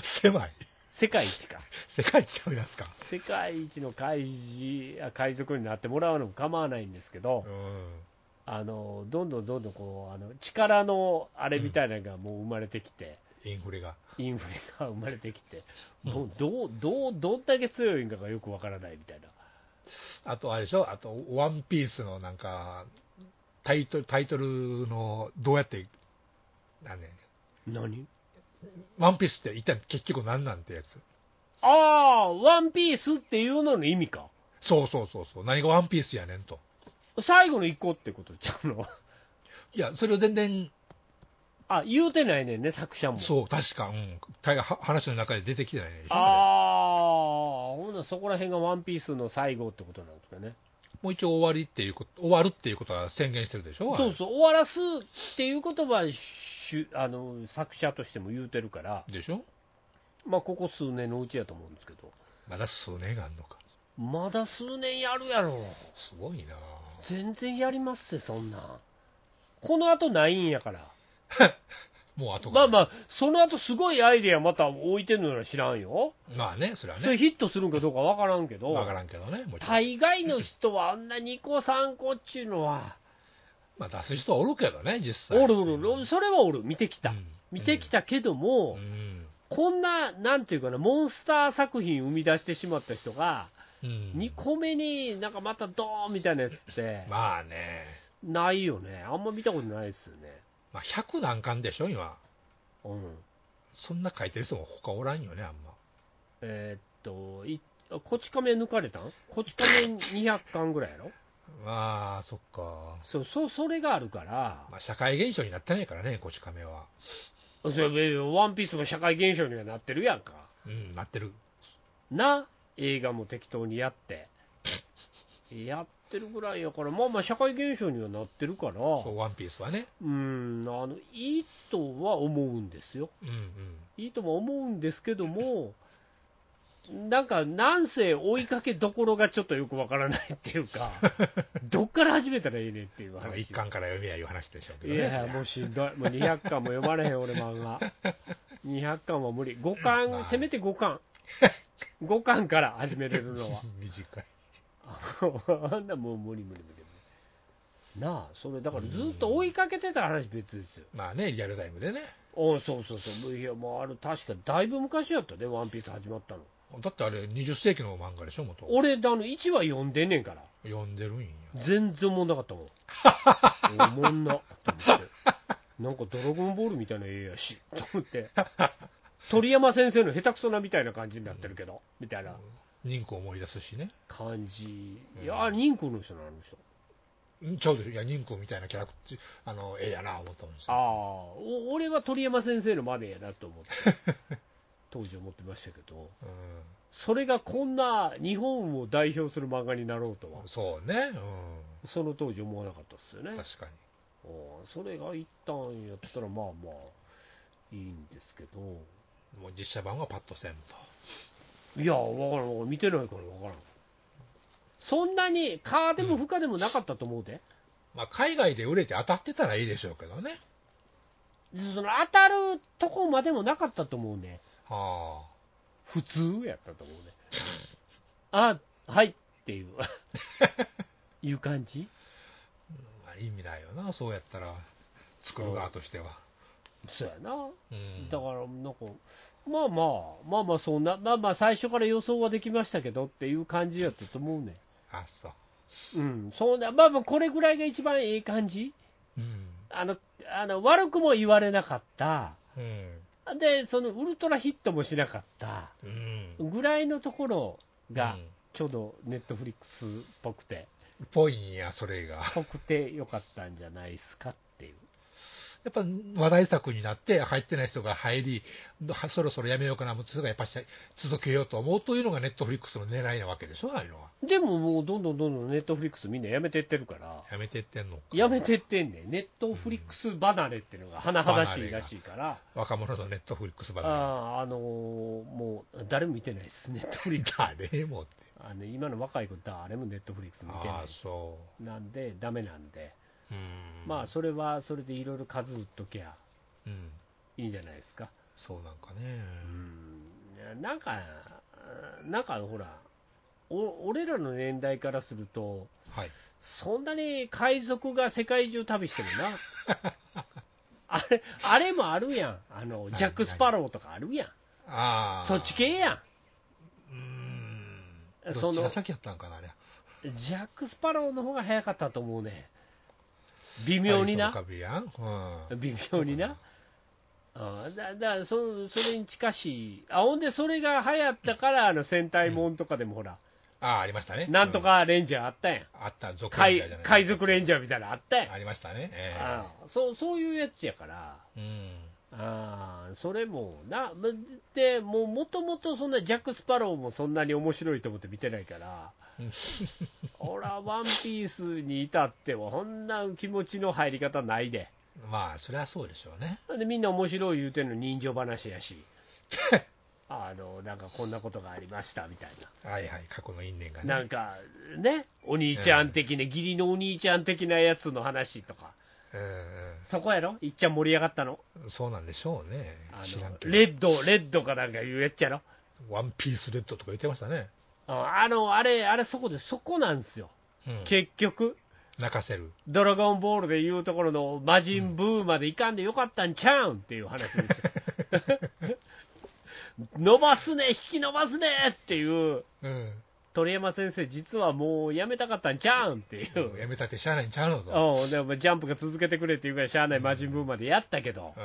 S3: 狭い。
S2: 世界一
S3: *laughs*
S2: か、
S3: 世界一ちゃいますか。
S2: 世界一の海事あ海賊になってもらうのも構わないんですけど
S3: う、ん。
S2: あのどんどんどんどんこうあの力のあれみたいなのがもう生まれてきて、
S3: インフレが。
S2: インフレが生まれてきて、
S3: うん
S2: もうどうどうどんだけ強いんかがよくわからないみたいな。
S3: あとあれでしょ、あと、ワンピースのなんか、タイトル、タイトルの、どうやって、なんね、
S2: 何
S3: ワンピースって一体結局何なんてやつ。
S2: ああ、ワンピースっていうのの意味か。
S3: そうそうそうそう、何がワンピースやねんと。
S2: 最後の一個ってことちゃうの *laughs*
S3: いや、それを全然、
S2: あ、言うてないねんね、作者も。
S3: そう、確か、うん、大概は話の中で出てきてないね。
S2: ああ、ほんならそこら辺がワンピースの最後ってことなんですかね。
S3: もう一応終わりっていうこと、終わるっていうことは宣言してるでしょ
S2: そうそう、終わらすっていうことはしゅあの作者としても言うてるから、
S3: う。でしょ
S2: まあ、ここ数年のうちやと思うんですけど、
S3: まだ数年があんのか。
S2: まだ数年やるやろ。
S3: すごいな
S2: 全然やりますぜ、そんなん。この後ないんやから。
S3: もう後
S2: まあ
S3: が。
S2: まあ、その後すごいアイデアまた置いてるのなら知らんよ、
S3: まあね、それは
S2: それ
S3: ね、
S2: ヒットするんかどうかわからんけど、
S3: わからんけどね、もちろん。
S2: 大概の人はあんな2個、3個っちゅうのは、
S3: まあ出す人はおるけどね、実際。
S2: おるおるおる、それはおる、見てきた、
S3: うん
S2: 見てきたけども、
S3: うん。
S2: こんな、なんていうかな、モンスター作品生み出してしまった人が、
S3: うん
S2: 2個目になんかまたドーンみたいなやつって、
S3: まあね、
S2: ないよね、あんま見たことないですよね。
S3: まあ、100何巻でしょ、今。
S2: うん
S3: そんな書いてる人も他おらんよね、あんま。
S2: えーっと、いこち亀抜かれたんこち亀200巻ぐらいやろ
S3: まあ、そっか。
S2: そうそうそれがあるから、
S3: まあ、社会現象になってないからね、こち亀は。
S2: それワンピースも社会現象にはなってるやんか。
S3: うん、なってる。
S2: な、映画も適当にやって。やってるぐらいやから、まあまあ社会現象にはなってるから、
S3: そう、ワンピースはね。
S2: うん、あの、いいとは思うんですよ。
S3: うんうん。
S2: いいとも思うんですけども、なんか、なんせ追いかけどころがちょっとよくわからないっていう
S3: *laughs*
S2: か、どっから始めたらいいねっていう
S3: まあ、
S2: 話。
S3: 一巻から読みやいう話でしょうけ
S2: い
S3: どね。そ
S2: や、
S3: りゃ
S2: もうしんどい、もう200巻も読まれへん、俺、漫画。200巻は無理、5巻、
S3: まあ
S2: せめて5巻、5巻から始めれるのは、
S3: 短い。
S2: あんなもう無理、無理、無理無理。なあ、それ、だからずっと追いかけてた話、別ですよ。
S3: まあね、リアルタイムでね。
S2: おうそうそうそう、いや、もうあれ、確かだいぶ昔やったね、ワンピース始まったの。
S3: だってあれ、20世紀の漫画でしょ、元。
S2: 俺、あの1話読んでんねんから、
S3: 読んでるんや。
S2: 全然おもんなかったもん。おもんなと思って、なんかドラゴンボールみたいな絵やし、と思って、鳥山先生の下手くそなみたいな感じになってるけど、みたいな
S3: 人工思い出すしね。
S2: 感じ、
S3: うん
S2: いや、あ人工の人なのあの人、
S3: うんちょうど、いや、人工みたいなキャラクター、あの、ええやな、思ったもんです
S2: ああ
S3: よ。、
S2: お俺は鳥山先生のまでやなと思って、当時思ってましたけど、それがこんな日本を代表する漫画になろうとは
S3: うん。、そうね。
S2: その当時思わなかったですよ
S3: う
S2: ね
S3: ん。。確かに。
S2: うんそれが一旦やったらまあまあいいんですけど
S3: もう実写版はパッとせんと。
S2: いや分からんわからん見てないから分からんそんなにカーでも負荷でもなかったと思うで、
S3: まあ、海外で売れて当たってたらいいでしょうけどね。
S2: その当たるとこまでもなかったと思うね
S3: は
S2: 普通やったと思うねあはいっていう *laughs* いう感じ
S3: あ。まあ、意味ないよな、そうやったら。作る側としては。
S2: そうやな
S3: うん。
S2: だからなんかまあまあまあまあそんなまあまあ最初から予想はできましたけどっていう感じやったと思うね
S3: あ、そう。
S2: うん、そうだ、まあまあ、これぐらいが一番ええ感じ、
S3: うん。
S2: あのあの悪くも言われなかった、
S3: うん。
S2: で、そのウルトラヒットもしなかった
S3: うん。
S2: ぐらいのところが
S3: う、ん
S2: ちょうどネットフリックスっぽくて、
S3: ぽいんや、それが。
S2: ぽくてよかったんじゃないですかっていう、
S3: やっぱ話題作になって、入ってない人が入り、はそろそろやめようかな、もうそれがやっぱし続けようと思うというのがネットフリックスの狙いなわけでしょ、ああいうのは。
S2: でももう、どんどんどんどんネットフリックス、みんなやめてってるから、
S3: やめてってんのか。
S2: やめてってんねん、ネットフリックス離れっていうのが甚だしいらしいから。
S3: 若者のネットフリックス離
S2: あーあのーもう誰も見てないです、ネットフリック
S3: れ。
S2: ス。
S3: *laughs* 誰もって。
S2: あの今の若い子、誰もネットフリックス見てな
S3: ああ、
S2: い
S3: そ
S2: なんで、ダメなんで、
S3: う。うん。
S2: まあ、それはそれでいろいろ数打っときゃ
S3: うん。
S2: いいんじゃないですか、
S3: そうなんかね。
S2: うん、なんか、なんかほら、お俺らの年代からすると、
S3: はい。
S2: そんなに海賊が世界中旅してもな、 *laughs* あれあれもあるやんあの、ジャック・スパローとかあるやん、
S3: ああ。
S2: そっち系やん。
S3: うん。ど
S2: そ
S3: っち
S2: の
S3: が先やったんかな、あれ。
S2: ジャック・スパローの方が早かったと思うね。微妙にな
S3: ハ。リソンカビやん。うん。
S2: 微妙にな。ああだだそそれに近しい、あほんでそれが流行ったから、あの戦隊もんとかでもほら、
S3: ああ、ありましたね。
S2: なんと
S3: うん。
S2: かレンジャーあったやん、
S3: あった、族レンジャ
S2: 海
S3: ーじゃない
S2: 海賊レンジャーみたいなのあったやん、
S3: ありましたね。ええ
S2: ああそうそういうやつやから、
S3: うん。
S2: ああそれもな、むでもうもともとそんなジャック・スパローもそんなに面白いと思って見てない
S3: *laughs*
S2: から
S3: うん、
S2: 俺はワンピースに至っては、こんな気持ちの入り方ないで。
S3: まあ、そりゃそうでしょうね。
S2: でみんな面白い言うてんの人情話
S3: *laughs*
S2: やしあのなんかこんなことがありましたみたい
S3: はいはい、過去の因縁が
S2: な、な
S3: ね
S2: ん。かねお兄ちゃん的な、義理のお兄ちゃん的なやつの話とか
S3: え
S2: そこやろいっちゃん盛り上がったの。
S3: えそうなんでしょうね
S2: あ
S3: 知らん
S2: の
S3: けど
S2: レッド、レッドかなんか言うやっちゃろ。
S3: ワンピースレッドとか言ってましたね、
S2: ああの、あれ、あれそこで、そこなんですよ。
S3: うん、
S2: 結局、
S3: 泣かせる
S2: ドラゴンボールでいうところの魔人ブーまでいかんでよかったんちゃうんっていう話ですよ
S3: *laughs*
S2: 伸ばすね、引き伸ばすねっていう、
S3: うん、
S2: 鳥山先生、実はもうやめたかったんちゃうんっていう、
S3: やめたってしゃあないんちゃうのと、
S2: おうでもジャンプが続けてくれっていうからしゃあない魔人ブーまでやったけど、
S3: うん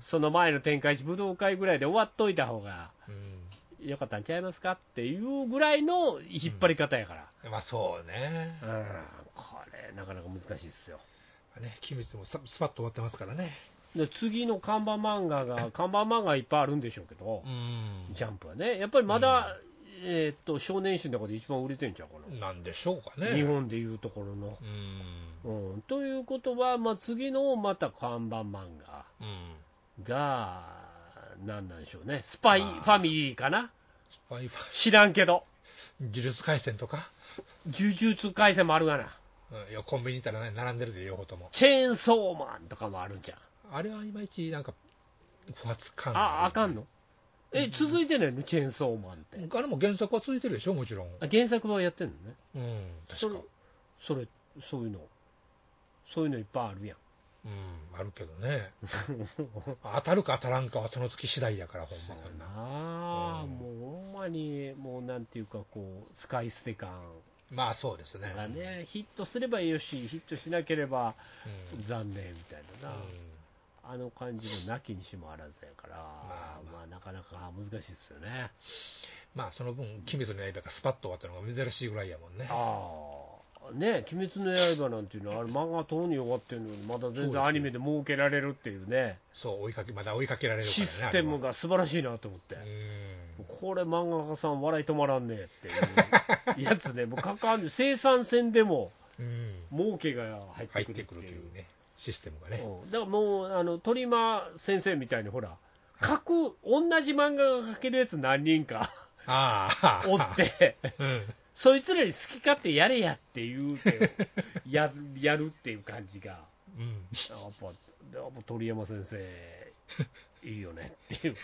S2: その前の展開し、武道会ぐらいで終わっといた方が
S3: う
S2: よかったんちゃいますかっていうぐらいの引っ張り方やから、
S3: ん、まあそうね、
S2: うんこれ、なかなか難しいですよ。
S3: ね鬼滅もさスパッと終わってますからね、
S2: で次の看板漫画が、看板漫画いっぱいあるんでしょうけど、
S3: ん
S2: ジャンプはね、やっぱりまだ、えーっと少年誌の中で一番売れてんちゃうかな、
S3: なんでしょうかね、
S2: 日本でいうところの。
S3: うん、
S2: うん、ということは、まあ、次のまた看板漫画
S3: うん、
S2: が、なんなんでしょうね、スパイファミリーかな、
S3: スパイファ
S2: 知らんけど、
S3: 呪術廻戦とか、
S2: 呪術廻戦もあるがな、
S3: うん、いやコンビニ行ったら、ね、並んでるで、両方とも、
S2: チェーンソーマンとかもあるんじゃん。
S3: あれはいまいちなんか、不発感
S2: あ、あかんのえ、続いてないの、チェーンソーマンって。
S3: あれも原作は続いてるでしょ、もちろん、
S2: あ原作版やってんのね。
S3: うん、
S2: そ
S3: 確
S2: れ
S3: か、
S2: それ、そういうの、そういうのいっぱいあるやん。
S3: うん、あるけどね、 *laughs* 当たるか当たらんかはその月次第やから、ほん
S2: そう
S3: ま
S2: なあ、
S3: うん
S2: もうほんまに、もうなんていうか、こう、使い捨て感
S3: まあそうですね、
S2: がね、ヒットすればよし、ヒットしなければ
S3: うん
S2: 残念みたいなな、
S3: うん
S2: あの感じもなきにしもあらずやから、ま
S3: ま
S2: あ
S3: あ
S2: なかなか難しいですよね。
S3: まあその分、鬼滅の刃がスパッと終わったのが珍しいぐらいやもんね。
S2: ああ、ね、鬼滅の刃なんていうのは、あれ、漫画等に終わってるのに、まだ全然アニメで設けられるっていうね、
S3: そう、追いかけ、まだ追いかけられるから
S2: シ
S3: ね。
S2: ステム
S3: あ
S2: が素晴らしいなと思って。
S3: れは。う
S2: これ、漫画家さん、笑い止まらんねえっていうやつ
S3: *laughs*
S2: ね、もうかかんね生産線でも
S3: ーん。うん。
S2: 儲けが入っ
S3: 入
S2: てくる
S3: って
S2: っ
S3: く
S2: て
S3: ると
S2: い、
S3: いううね、システムがね。
S2: うんだからもう、あの鳥間先生みたいに、ほら、書く、同じ漫画が書けるやつ何人か
S3: *laughs* ああ。
S2: おって、
S3: *laughs* うん。
S2: そいつらに好き勝手やれやって言うて、や *laughs* やるっていう感じが、や
S3: うん。
S2: っぱ、やっぱ鳥山先生、いいよねっていう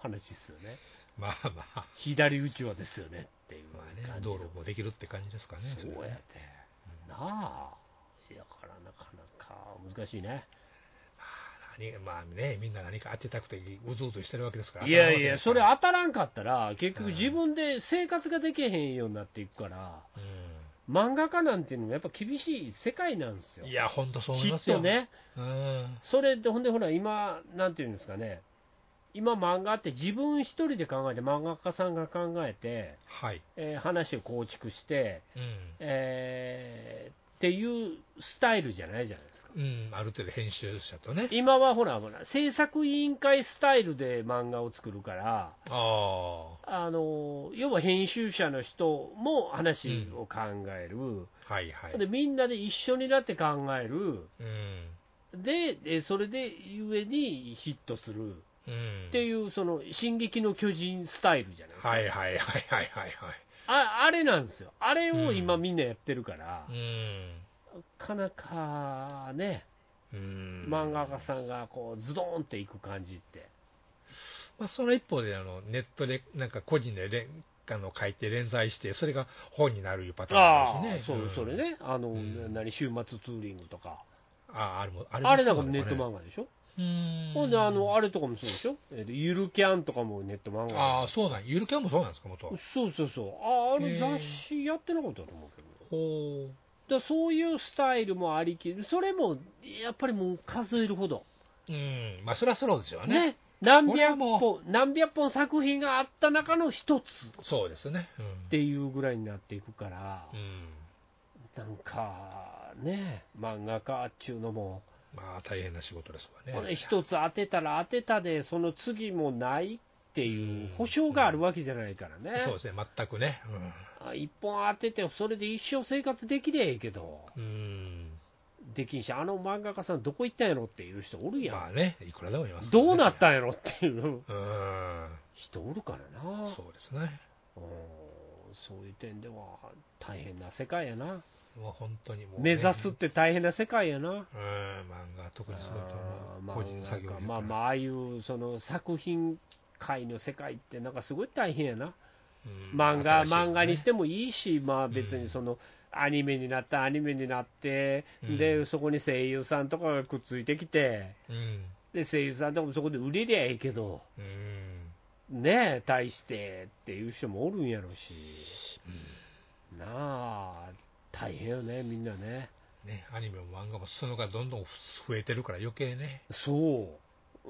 S2: 話ですよね。
S3: まあまあ。
S2: 左宇宙はですよねっていう
S3: ま
S2: 感
S3: あ
S2: じ
S3: ね
S2: の、
S3: 道路もできるって感じですかね。
S2: そうやって、なあ、やからなかなか難しいね。
S3: 何まあね、みんな何か当てたくてうずうずしてるわけですから。
S2: いやいや、それ
S3: あ、
S2: 当たらんかったら、結局
S3: うん
S2: 自分で生活ができへんようになっていくから、
S3: う
S2: 漫画家なんていうのもやっぱ厳しい世界なんですよ
S3: ん。い。や、ほんとそう思い
S2: き
S3: ま
S2: っ
S3: すよ。
S2: と。ね、
S3: うん。
S2: それでほんでほら、今、なんていうんですかね、今、漫画って自分一人で考えて、漫画家さんが考えて、
S3: はい。
S2: えー話を構築して、
S3: うん。
S2: えーっていうスタイルじゃないじゃないですか。
S3: うん、ある程度編集者とね。
S2: 今はほらほら、制作委員会スタイルで漫画を作るから、
S3: あ
S2: あの要は編集者の人も話を考える、
S3: あ。はいはい。
S2: でみんなで一緒になって考える、
S3: うん。
S2: でえそれで故にヒットする
S3: うん。
S2: っていう、その進撃の巨人スタイルじゃないですか、
S3: はいはいはいはいはいはい。
S2: ああれなんですよ、あれを今、みんなやってるから、
S3: うん。
S2: なかなかね、
S3: うん
S2: 漫画家さんがこうズドーンっていく感じって。
S3: まあ、その一方であの、ネットでなんか個人で連あの書いて連載して、それが本になるいうパターン
S2: あ
S3: もあ
S2: あ
S3: るしね。
S2: そう、
S3: ん
S2: それ。ね、あの、
S3: うん
S2: 何、週末ツーリングとか、
S3: ああ、あれも、あれも
S2: あれなんか
S3: そ
S2: も
S3: う
S2: ネット
S3: のかね
S2: 漫画でしょ、
S3: うん。
S2: ほんで、あの、あれとかもそうでしょ、えっとゆるキャンとかもネット漫画
S3: ああ、そうなん。ゆるキャンもそうなんですか、元は。
S2: そうそうそう、ああれ、
S3: へえ
S2: 雑誌やってなかったと思うけど、
S3: ほう。
S2: だからそういうスタイルもありきる、それもやっぱりもう数えるほど、
S3: うん。まあ、それはそうですよね。
S2: ね、何
S3: これ
S2: 百
S3: はもう
S2: 本、何百本作品があった中の一つっ
S3: そうですね。うん。
S2: ていうぐらいになっていくから、
S3: うん。
S2: なんかね、漫画家っちゅうのも。
S3: まあ、大変な仕事です
S2: こ
S3: わ
S2: れ
S3: ね。
S2: 一つ当てたら当てたで、その次もないっていう
S3: うん
S2: 保証があるわけじゃないからね、
S3: そうですね、全くね。うん
S2: あ一本当てて、それで一生生活できねえけど、
S3: うん。
S2: できんし、あの漫画家さん、どこ行ったんやろっていう人おるやん、
S3: まあね、いくらでもいますからね。
S2: どうなったんやろっていう
S3: うん。
S2: 人おるからな、
S3: そうですね。
S2: うんそういう点では大変な世界やな、
S3: もう本当にもうね、
S2: 目指すって大変な世界やな。
S3: うん、漫画は特にそうだと思う。個人作業
S2: まあまあ、
S3: あ、
S2: ああいうその作品界の世界って、なんかすごい大変やな。
S3: うん、
S2: 漫画、漫画にしててもいいし、まあ別にその、アニメになった、アニメになって、で、そこに声優さんとかがくっついてきて、
S3: うん、
S2: で、声優さんとかもそこで売れりゃええけど、
S3: うん、
S2: ねえ、対してっていう人もおるんやろし、なあ、大変よね、みんなね。
S3: ね、アニメも漫画もそのがどんどん増えてるから余計ね。
S2: そう。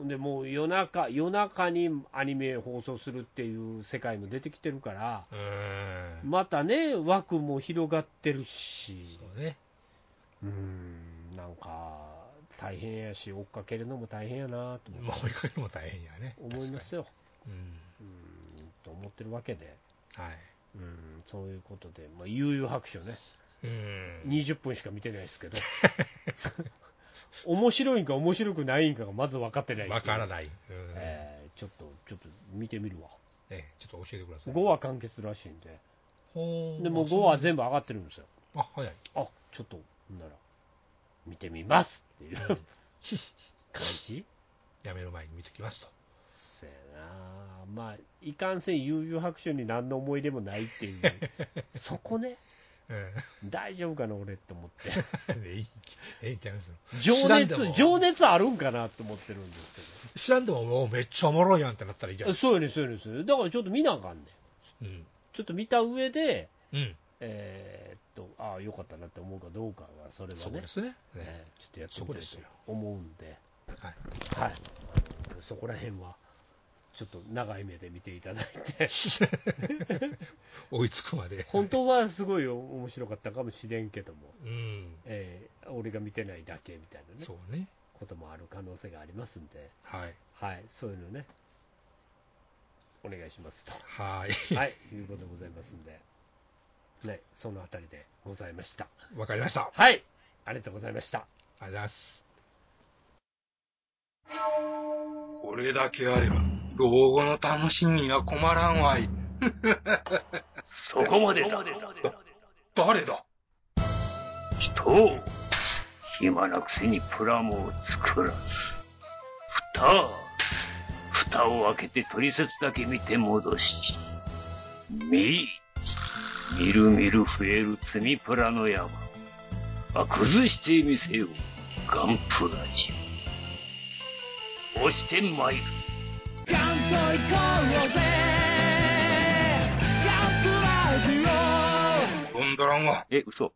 S2: でもう夜中、夜中にアニメ放送するっていう世界も出てきてるから、
S3: うん。
S2: またね、枠も広がってるし、
S3: そうね。
S2: うん、なんか、大変やし、追っかけるのも大変やなと
S3: まあ、追いかけるのも大変やね。
S2: 思いますよ。
S3: 確かに。
S2: うん、と思ってるわけで、
S3: うん。はい。
S2: うん、そういうことで、まあ、悠々白書ね、
S3: うん。
S2: 20分しか見てないです
S3: *laughs*
S2: けど、面白いんか面白くないんかがまず分かってないっていう
S3: わからない。うん。ね、
S2: えーちょっと、ちょっと見てみるわ。
S3: ちょっと教えてください。
S2: 5話完結らしいんで、
S3: ほー
S2: でも5話全部上がってるんですよ。
S3: あ、早い。
S2: あちょっと、ほんなら、見てみますっていう *laughs* 感じ
S3: やめる前に見ときますと。
S2: せやなまあ、いかんせん悠々白書に何の思い出もないって
S3: *laughs*
S2: いう、そこね、
S3: う
S2: 大丈夫かな、俺って思って、
S3: ん。 *laughs* で、いい、ええんちゃいますの
S2: 情
S3: 知らんで
S2: 熱
S3: も、
S2: 情熱あるんかなって思ってるんです
S3: 知らんでも、おめっちゃおもろいやんってなったらいい
S2: け
S3: じゃな
S2: ど、
S3: い
S2: そうよね、そうよね、そうよねだからちょっと見なあかんねん
S3: うん。
S2: ちょっと見た上で、
S3: うん。
S2: えーっと、ああ、よかったなって思うかどうかは、それは
S3: そこ
S2: ね
S3: で、すね。ね
S2: えーちょっとやって
S3: そこ
S2: みた
S3: で
S2: い
S3: す
S2: と
S3: よ
S2: 思うんで。
S3: はい。
S2: はい、あのそこら辺は、ちょっと長い目で見ていただい
S3: *laughs*
S2: て、
S3: 追いつくまで。
S2: 本当はすごい面白かったかもしれんけども、
S3: *laughs* うん。
S2: えー俺が見てないだけみたいなね、
S3: そうね。
S2: こともある可能性がありますんで、
S3: はい。
S2: はい、そういうのね、お願いします
S3: *laughs*
S2: と、
S3: は。
S2: はいい、いうことでございますんで、ね、そのあたりでございました。
S3: わかりました。あり
S2: はい、ありがとうございました。
S3: がとうございます。
S4: これだけあれば、老後の楽しみには困らんわい。
S5: そこまでだ。
S4: 誰だ
S5: 人を、暇なくせにプラモを作らず。蓋、蓋を開けて取説だけ見て戻し、見、みるみる増える積みプラの山。あ、崩してみせよう。ガンプラジオ。押して参る。
S4: ゴンドランは、
S5: え、嘘。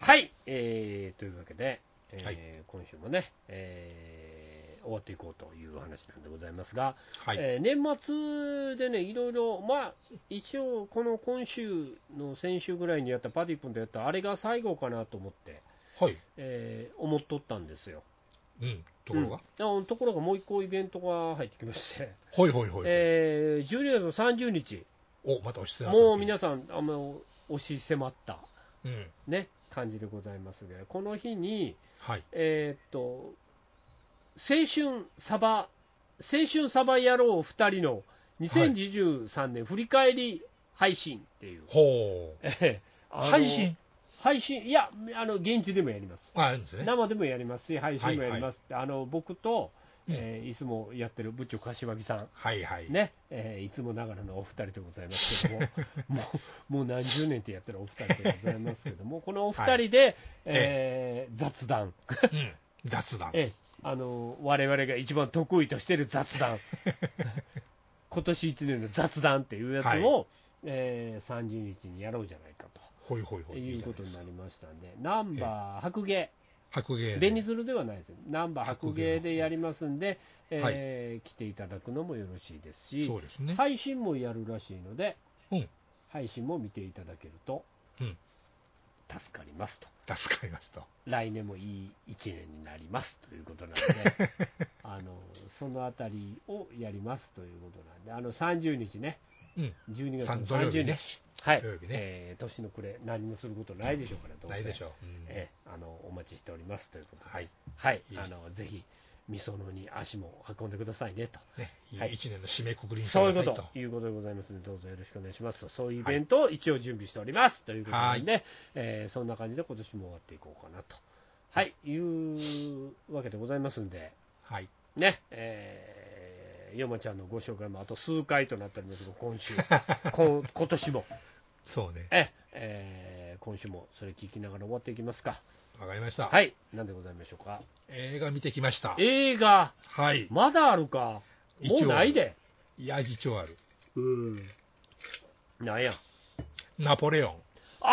S2: はい、えー、というわけで、えー
S3: はい
S2: 今週もね、えー終わっていこうというお話なんでございますが、
S3: はい。
S2: えー年末でね、いろいろ、まあ、一応、この今週の先週ぐらいにやったパディ君でやった、あれが最後かなと思って、
S3: はい。
S2: えー思っとったんですよ。
S3: うん。ところが、
S2: うんあところがもう一個イベントが入ってきまして、
S3: ほいほいほい。
S2: えー12月の30日、
S3: お、また押して
S2: もう皆
S3: さ
S2: さん、あの押し迫った、
S3: ん。うん。
S2: ね、感じでございますが、この日に、
S3: はい。
S2: えーっと、青春サバ、青春サバ野郎2人の2023年振り返り配信っていう、
S3: ほう。 *laughs*
S2: ええあの
S3: 配信
S2: 配信、いや、あの現地でもやります、
S3: あ、あるんですね。
S2: 生でもやりますし、配信もや
S3: は
S2: り
S3: い
S2: ま
S3: はい
S2: す、あの僕と、
S3: うん
S2: えーいつもやってる部長、柏木さん。
S3: はいはい。。
S2: ねえーいつもながらのお二人でございますけ
S3: *laughs*
S2: ども、もうもう何十年ってやってるお二人でございますけど
S3: *laughs*
S2: も、このお二人で、えー雑談、
S3: うん。雑談。
S2: ええ、あの我々が一番得意としてる雑
S3: *laughs*
S2: 談、今年1年の雑談っていうやつを、
S3: はい
S2: えー30日にやろうじゃないか
S3: ほいほいほ
S2: と
S3: い。
S2: いうことに
S3: る。
S2: なりましたんで、ナンバー白芸、
S3: 白芸。
S2: 紅鶴ではないですよ、ナンバー白芸でやりますんで、
S3: 芸の
S2: えー来ていただくのもよろしいですし、
S3: そうですね。
S2: 配信もやるらしいので、
S3: うん
S2: 配信も見ていただけると
S3: うん。
S2: 助かりますと。
S3: 助かりますと。
S2: 来年もいい1年になりますということなん *laughs* で、あのそのあたりをやりますということなんで、あの30日ね、
S3: うん。
S2: 12月の
S3: さん土曜
S2: 30
S3: 日
S2: 日、
S3: ね
S2: はい
S3: 土曜日ね
S2: えー年の暮れ、何もすることないでしょうから、どうせ
S3: ないでしょう。うん
S2: えーあのお待ちしておりますということで、
S3: はい。
S2: はい
S3: いい
S2: あのぜひみそのに足も運んでくださいねと。
S3: ね、
S2: はい
S3: 一年の締めくくりに
S2: そういうこ
S3: され
S2: と
S3: たい、
S2: ということでございますので、どうぞよろしくお願いしますと、そういうイベントを一応準備しております、ということなんでね、えーそんな感じで今年も終わっていこうかなと、はい、いうわけでございますんで、
S3: はい。
S2: ね、えー、ヨマちゃんのご紹介もあと数回となっておりますが、今 *laughs* 週、こ今年も、
S3: そうね。
S2: ええー今週もそれ聞きながら終わっていきますか。
S3: わかりました。
S2: はい、なんでございましょうか。
S3: 映画見てきました。
S2: 映画、
S3: はい。
S2: まだあるか、もうないで。
S3: ヤギョアル。
S2: うん。なんや。
S3: ナポレオン。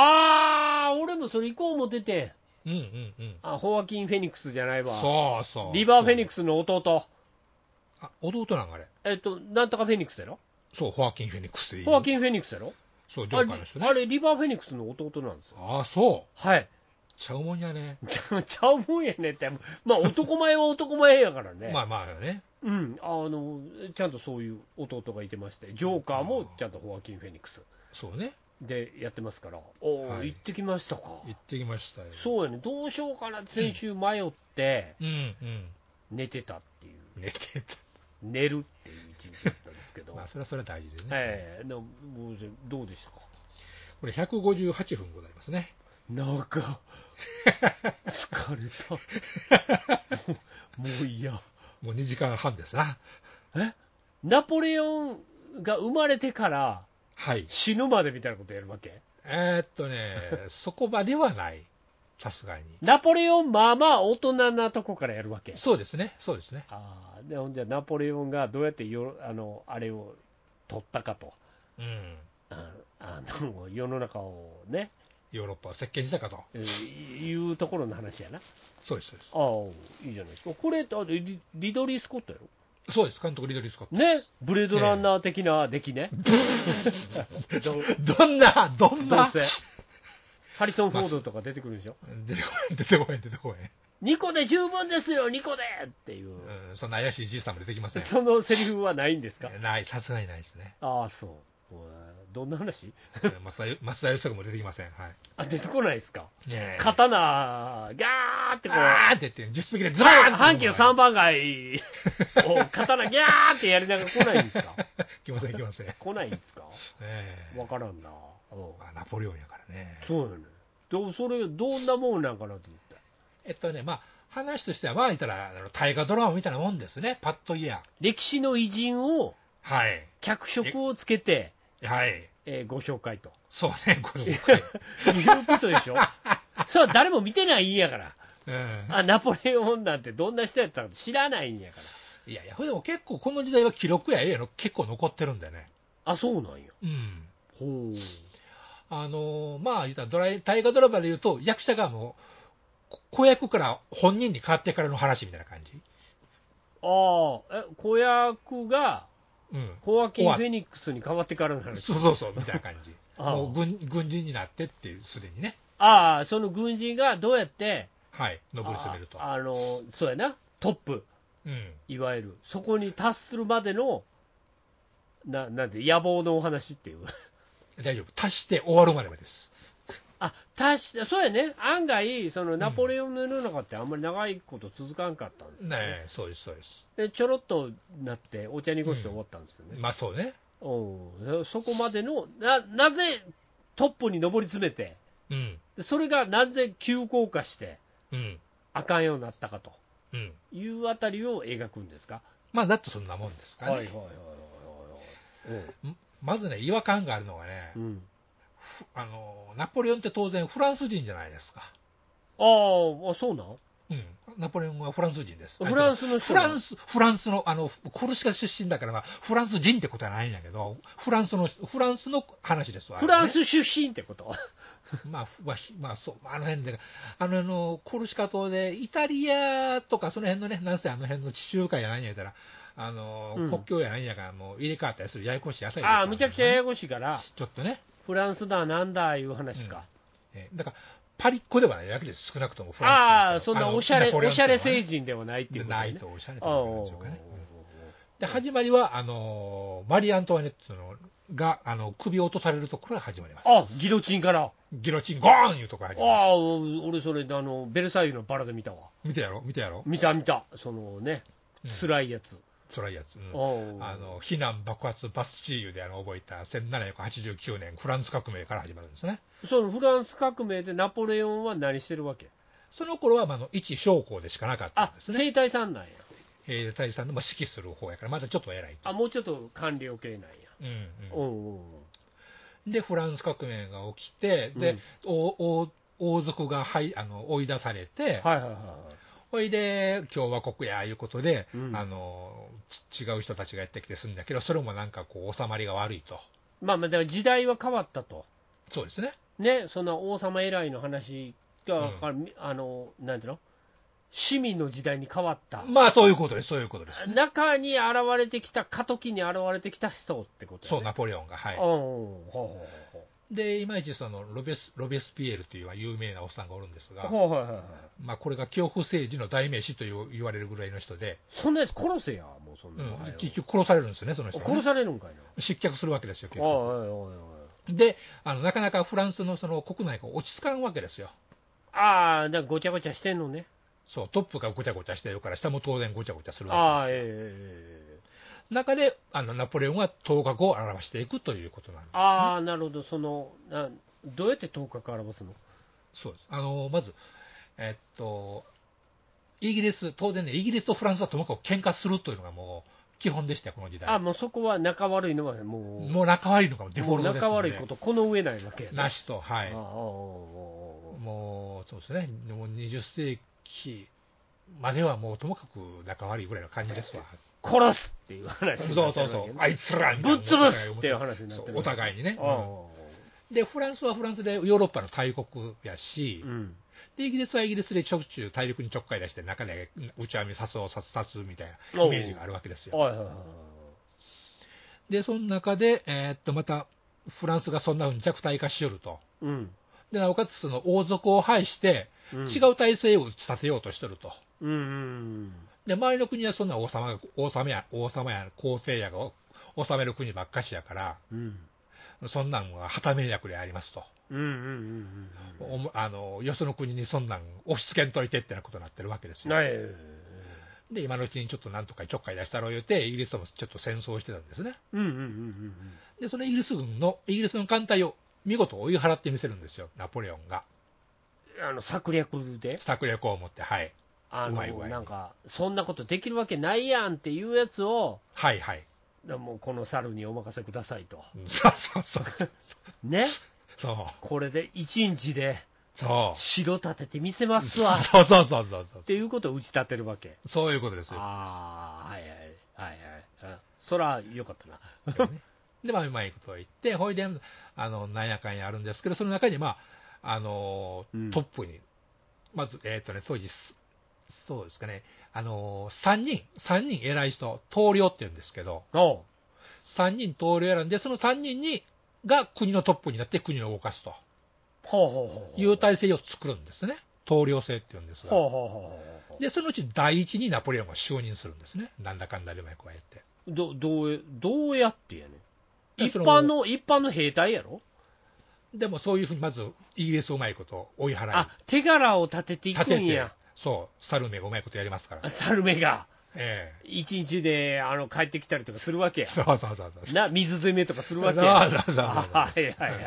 S2: あー、俺もそれ行こう思ってて、
S3: うんうんうん。
S2: あホワキン・フェニックスじゃないわ、
S3: そうそう。
S2: リバー・フェニック
S3: ス。
S2: スの弟、
S3: あ、弟なんかあれ。
S2: えっと、なんとかフェニックスやろ、
S3: そう、ホアキン・フェニックスでいい。
S2: ホワキン・フェニックスやろ、
S3: そう、ジョ
S2: あ
S3: ーカーの人
S2: れ
S3: ね。
S2: あれリバー・フェニックスの弟なんですよ。
S3: ああ、そ
S2: はい、 *laughs*
S3: う。ちゃうもんやね。
S2: ちゃうもんやねって、まあ、男前は男前やからね、
S3: まあまあね。
S2: うんあの、ちゃんとそういう弟がいてまして、ジョーカーもちゃんとホワキン・フェニックス
S3: そうね。
S2: でやってますから、おー、
S3: はい
S2: 行ってきましたか、
S3: 行ってきましたよ。
S2: そうやね、どうしようかなって先週迷って、
S3: うんうん。
S2: 寝てたっていう。
S3: 寝て
S2: 寝るっていう一日だったんですけ
S3: た。
S2: ど、
S3: まあ、それはそれは大事ですね。
S2: ええでももうじゃどうでしたか
S3: これ158分ございますね。 *laughs*
S2: なんか疲れたもうもういいや
S3: もう2時間半ですな。
S2: えナポレオンが生まれてから
S3: はい。
S2: 死ぬまでみたいなことやるわけ
S3: えーっと
S2: *laughs*
S3: ね、そこまではない。さすがに。
S2: ナポレオンまあまあ大人なとこからやるわけ
S3: そうですね。そうですね。
S2: ああでほんじゃナポレオンがどうやってよあのあれを取ったかと
S3: うん。
S2: ああの世の中をね
S3: ヨーロッパを席巻したかと。
S2: えーいうところの話やな
S3: そうです、そうです。
S2: ああ、いいじゃないですか。これ、あリリドリー・スコットやろ
S3: そうです、監督リドリー・スコット。
S2: ねブレードランナー的な出来
S3: *laughs*
S2: ね。ど
S3: どんな、どん
S2: どう
S3: な。
S2: せ。ハリソン・フォードとか出てくるでしょ。
S3: 出てこへん、出てこへん、出てこ
S2: 2個で十分ですよ、2個でっていう。
S3: へん。うん、そんな怪しいじいさんも出てきません。
S2: そのセリフはないんですか。
S3: ない、さすがにないですね
S2: *laughs* ああ、そう。うわどんな話
S3: うん松田よ松田優作も出てきません。はい。
S2: あ、出てこないですか。
S3: ねえ。
S2: 刀、ガーってこう。
S3: あーって言って、実績でズバーン
S2: 半半径3番街
S3: *laughs*
S2: を刀ギャーってやりながら来ないんですか
S3: 来ません、来ません。
S2: 来ないんですか
S3: ええ
S2: わからんな。うん
S3: まあ、ナポレオンやからね。
S2: そうやね。でもそれ、どんなもんなんかなと思って。
S3: えっとね、まあ、話としては、まあ、言ったら、あの大河ドラマみたいなもんですね。パッと言えや。
S2: 歴史の偉人を、
S3: はい。
S2: 脚色をつけて、
S3: はい。
S2: えーご紹介と。
S3: そうね、これ *laughs* も
S2: いうことで *laughs* しょ。それは誰も見てないんやから。
S3: うん
S2: あ、ナポレオンなんてどんな人やったのか知らないんやから。
S3: いやいや、ほいでも結構この時代は記録や絵やの結構残ってるんだよね。
S2: あ、そうなんや。
S3: うん。
S2: ほう。
S3: あのーまあ、言ったらドライ大河ドラマで言うと、役者がもう、こ子役から本人に変わってからの話みたいな感じ。
S2: ああ、え、子役が、
S3: うん。
S2: ホアキン・
S3: 終わ
S2: フェニックスに変わってからの話。
S3: そうそうそう、みたいな感 *laughs* じ。
S2: ああ
S3: もう軍軍人になってって、すでにね。
S2: ああ、その軍人がどうやって、
S3: はい、上り詰めると。
S2: ああの、そうやな、トップ。
S3: うん。
S2: いわゆる、そこに達するまでの、ななんて、野望のお話っていう、
S3: 大丈夫。足して終わるまでです。
S2: *laughs* あ確かそうやね、案外、そのナポレオンの世の中ってあんまり長いこと続かんかったんですよね、
S3: ねえ、そうです、そうです。
S2: でちょろっとなって、お茶にごして終わったんですよね、
S3: まあ、そうね。
S2: うんそこまでのな、なぜトップに上り詰めて、
S3: うん。
S2: でそれがなぜ急降下して、
S3: うん。
S2: あかんようになったかと
S3: うん。
S2: いうあたりを描くんですか。
S3: まあ、だってそんなもんですかね。
S2: はいはいはい
S3: んまずね、違和感があるのがね、
S2: うんうん
S3: あの、ナポレオンって当然フランス人じゃないですか。
S2: ああ、そうなん
S3: うん。ナポレオンはフランス人です。
S2: フランスの人
S3: フランス、フランスの、あの、コルシカ出身だから、まあ、フランス人ってことはないんやけど、フランスの、フランスの話ですわ、
S2: フランス出身ってこと、
S3: あれねまあ、ふまあ、ひまあ、そう、あの辺で、あの、あのコルシカ島で、イタリアとかその辺のね、なんせあの辺の地中海やないんやったら、あの、
S2: うん
S3: 国境やないんやから、もう入れ替わったりするややこしいあたりです
S2: ああ、むちゃくちゃやや
S3: こ
S2: こしいから、
S3: ちょっとね。
S2: フランスだなんだいう話か、
S3: えーだから、パリっ子ではないわけです、少なくともフ
S2: あ
S3: ラ
S2: あ、
S3: ンス
S2: そん
S3: 人とか
S2: な
S3: の
S2: おしゃれ、
S3: ナポレオ
S2: お
S3: ン
S2: し
S3: とか
S2: ゃ
S3: はね
S2: れ成人ではないっていうこと
S3: ない
S2: ね
S3: と。おしゃれ
S2: あ
S3: と
S2: あ
S3: かなんでしょうかね。うんで、始まりは、あのーマリー・アントワネットのが、あの、首を落とされるところが始まります。
S2: あ、ギロチンかな。あ
S3: ギロチン、ゴーンいうとこが
S2: あ
S3: 始まりま
S2: ー、俺それ、あの、ベルサイユのバラで見たわ。
S3: す。見てやろ見てやろ
S2: 見た見た。そのね、辛いやつ。
S3: 辛いやつ。うん
S2: おう
S3: あの、避難爆発バスチーユであの覚えた1789年フランス革命から始まるんですね。
S2: そのフランス革命でナポレオンは何してるわけ
S3: その頃は、まあ、あの、一将校でしかなかった
S2: あ
S3: んで、すね。
S2: 兵隊さんなんや。
S3: えー、大さんの、まあ、指揮する方やから、まだちょっと偉いと。
S2: あ、もうちょっと官僚系なんや。
S3: うん
S2: う
S3: うん
S2: うんうん。
S3: で、フランス革命が起きて、で、王王王族が、はい、あの追い出されて、
S2: はいはいはいはい。
S3: ほいで、共和国やいうことで、
S2: うん
S3: あのち違う人たちがやってきてするんだけど、それもなんかこう、収まりが悪いと、
S2: まあまあ、だから時代は変わったと。
S3: そうですね、
S2: ね、そんな王様偉いの話が、
S3: うん
S2: あのあの、なんていうの市民の時代に変わった。
S3: まあそういうことです、そういうことです、
S2: 中に現れてきた、過渡期に現れてきた人ってこと
S3: そう、
S2: やね。
S3: ナポレオンが、は
S2: う
S3: い
S2: ん、ほうほうほ
S3: い、で、いまいちそのロベスロベスピエールという有名なおっさんがおるんです
S2: う
S3: が、
S2: ほうほうほうほう
S3: まあ、これが恐怖政治の代名詞という言われるぐらいの人で、
S2: そんなやつ殺せや、もうそん
S3: う
S2: なの
S3: ん
S2: はよ、
S3: 結局殺されるんですよね、その人がね、
S2: 殺されるんかいな。
S3: 失脚するわけですよ、結局。
S2: おいおいおいおい。
S3: であの、なかなかフランスのその国内が落ち着かんわけですよ。
S2: ああ、だからごちゃごちゃしてんのね。
S3: そう、トップがごちゃごちゃしてるから、下も当然ごちゃごちゃする
S2: あ
S3: わ
S2: あ、
S3: け
S2: ええ
S3: で
S2: ええええ。
S3: すよ。中で、あの、ナポレオンは頭角を表していくということなんです、ね。
S2: ああ、なるほど、その、などうやって頭角を表すの
S3: そうです。あの、まず、えっと、イギリス、当然ね、イギリスとフランスはともかく喧嘩するというのがもう基本でしたよ、この時
S2: あ
S3: 代。
S2: もうそこは仲悪いのはもう、
S3: もう仲悪いのがデフォルトですので
S2: 仲悪いこと、この上ないわけやね
S3: なしと、は
S2: あ
S3: い
S2: あ。あああああ
S3: もう、そうですね、もう20世紀まではもうともかく仲悪いぐらいの感じですわ。
S2: あ殺すっていう話に
S3: そう
S2: なっ
S3: そう
S2: てるわけね
S3: そう、あいつらみた
S2: ぶっ
S3: いな
S2: 潰すっていう話になってる
S3: そうお互いにね、
S2: ああああ
S3: で、フランスはフランスでヨーロッパの大国やし、
S2: うん
S3: でイギリスはイギリスでしょっちゅう大陸にちょっかい出して、中で打ち網刺そう、刺す、刺すみたいなイメージがあるわけですよ。
S2: はいはいはい
S3: で、その中で、えーっと、また、フランスがそんな風に弱体化しよると。
S2: うん
S3: で、なおかつ、その王族を排して、
S2: うん
S3: 違う体制を打ち立てようとしとると。
S2: うんうん
S3: で、周りの国はそんな王様が、王様や、王様や、皇帝やが治める国ばっかしやから、
S2: うん
S3: そんなんは旗迷惑でありますと。
S2: うんうんうん
S3: おもあのよその国にそんなん押し付けんといてってなことになってるわけです
S2: うん
S3: よ。
S2: ない
S3: で、今のうちにちょっとなんとかちょっかい出したろう言うて、イギリスともちょっと戦争をしてたんですね。
S2: うんうんうんうん
S3: で、そのイギリス軍の、イギリスの艦隊を見事追い払ってみせるんですよ、ナポレオンが。
S2: うんあの策略で
S3: 策略を持って、はい。
S2: あ
S3: うまい具合
S2: の
S3: に
S2: なんかそんなことできるわけないやんっていうやつを
S3: はいはい。
S2: もうこの猿にお任せくださいと
S3: うんそうそうそう。そう。
S2: ね
S3: そう。
S2: これで1日で
S3: そう
S2: 城立ててみせますわ
S3: そうそうそうそうそう
S2: っ。ていうことを打ち立てるわけ。
S3: そういうことですよ。
S2: ああ、はいはい、はいはい。あそら、よかったな。
S3: *laughs* で、まあ、うまいことを言って、ほいで、あの、なんやかんやあるんですけど、その中に、まあ、あのー
S2: うん
S3: トップに、まず、えっ、とね、当時、すそうですかね、あのー、3人、三人偉い人、棟梁って言うんですけど、
S2: お
S3: 3人棟梁選んで、その3人に、が国のトップになって国を動かすと
S2: ほうほうほう。
S3: いう体制を作るんですね。棟梁制って言うんです
S2: ほ
S3: が。
S2: うほうほうほう。
S3: で、そのうち第一にナポレオンが就任するんですね。なんだかんだでもやこうやって。
S2: ど、どうや、どうやってやねん。
S3: え
S2: 一
S3: その
S2: 般の、一般の兵隊やろ
S3: でもそういうふうに、まず、イギリスをうまいこと追い払い。
S2: あ、手柄を立てていく
S3: 立て
S2: ん
S3: て
S2: や。、
S3: そう、サルメがうまいことやりますから。
S2: あ猿目が。
S3: え
S2: 一日で、あの、帰ってきたりとかするわけ
S3: え
S2: や。
S3: そうそうそうそう。
S2: な、水攻めとかするわけ
S3: そう
S2: や。
S3: そうそうそう。
S2: はいはいはい。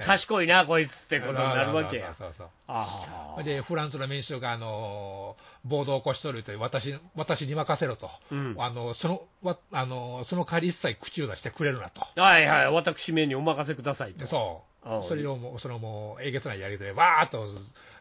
S2: 賢いな、こいつってことになるわけや。
S3: そうそうそう
S2: ああ。
S3: そう。で、フランスの民衆が、あのー暴動を起こしとるって、私、私に任せろと。
S2: うん
S3: あの、その、わあの、その代わり一切口を出してくれるなと。
S2: はいはい、私めにお任せください
S3: で
S2: と。
S3: そう
S2: あ。
S3: それをもう、そのもう、えげつないやりで、わーっと、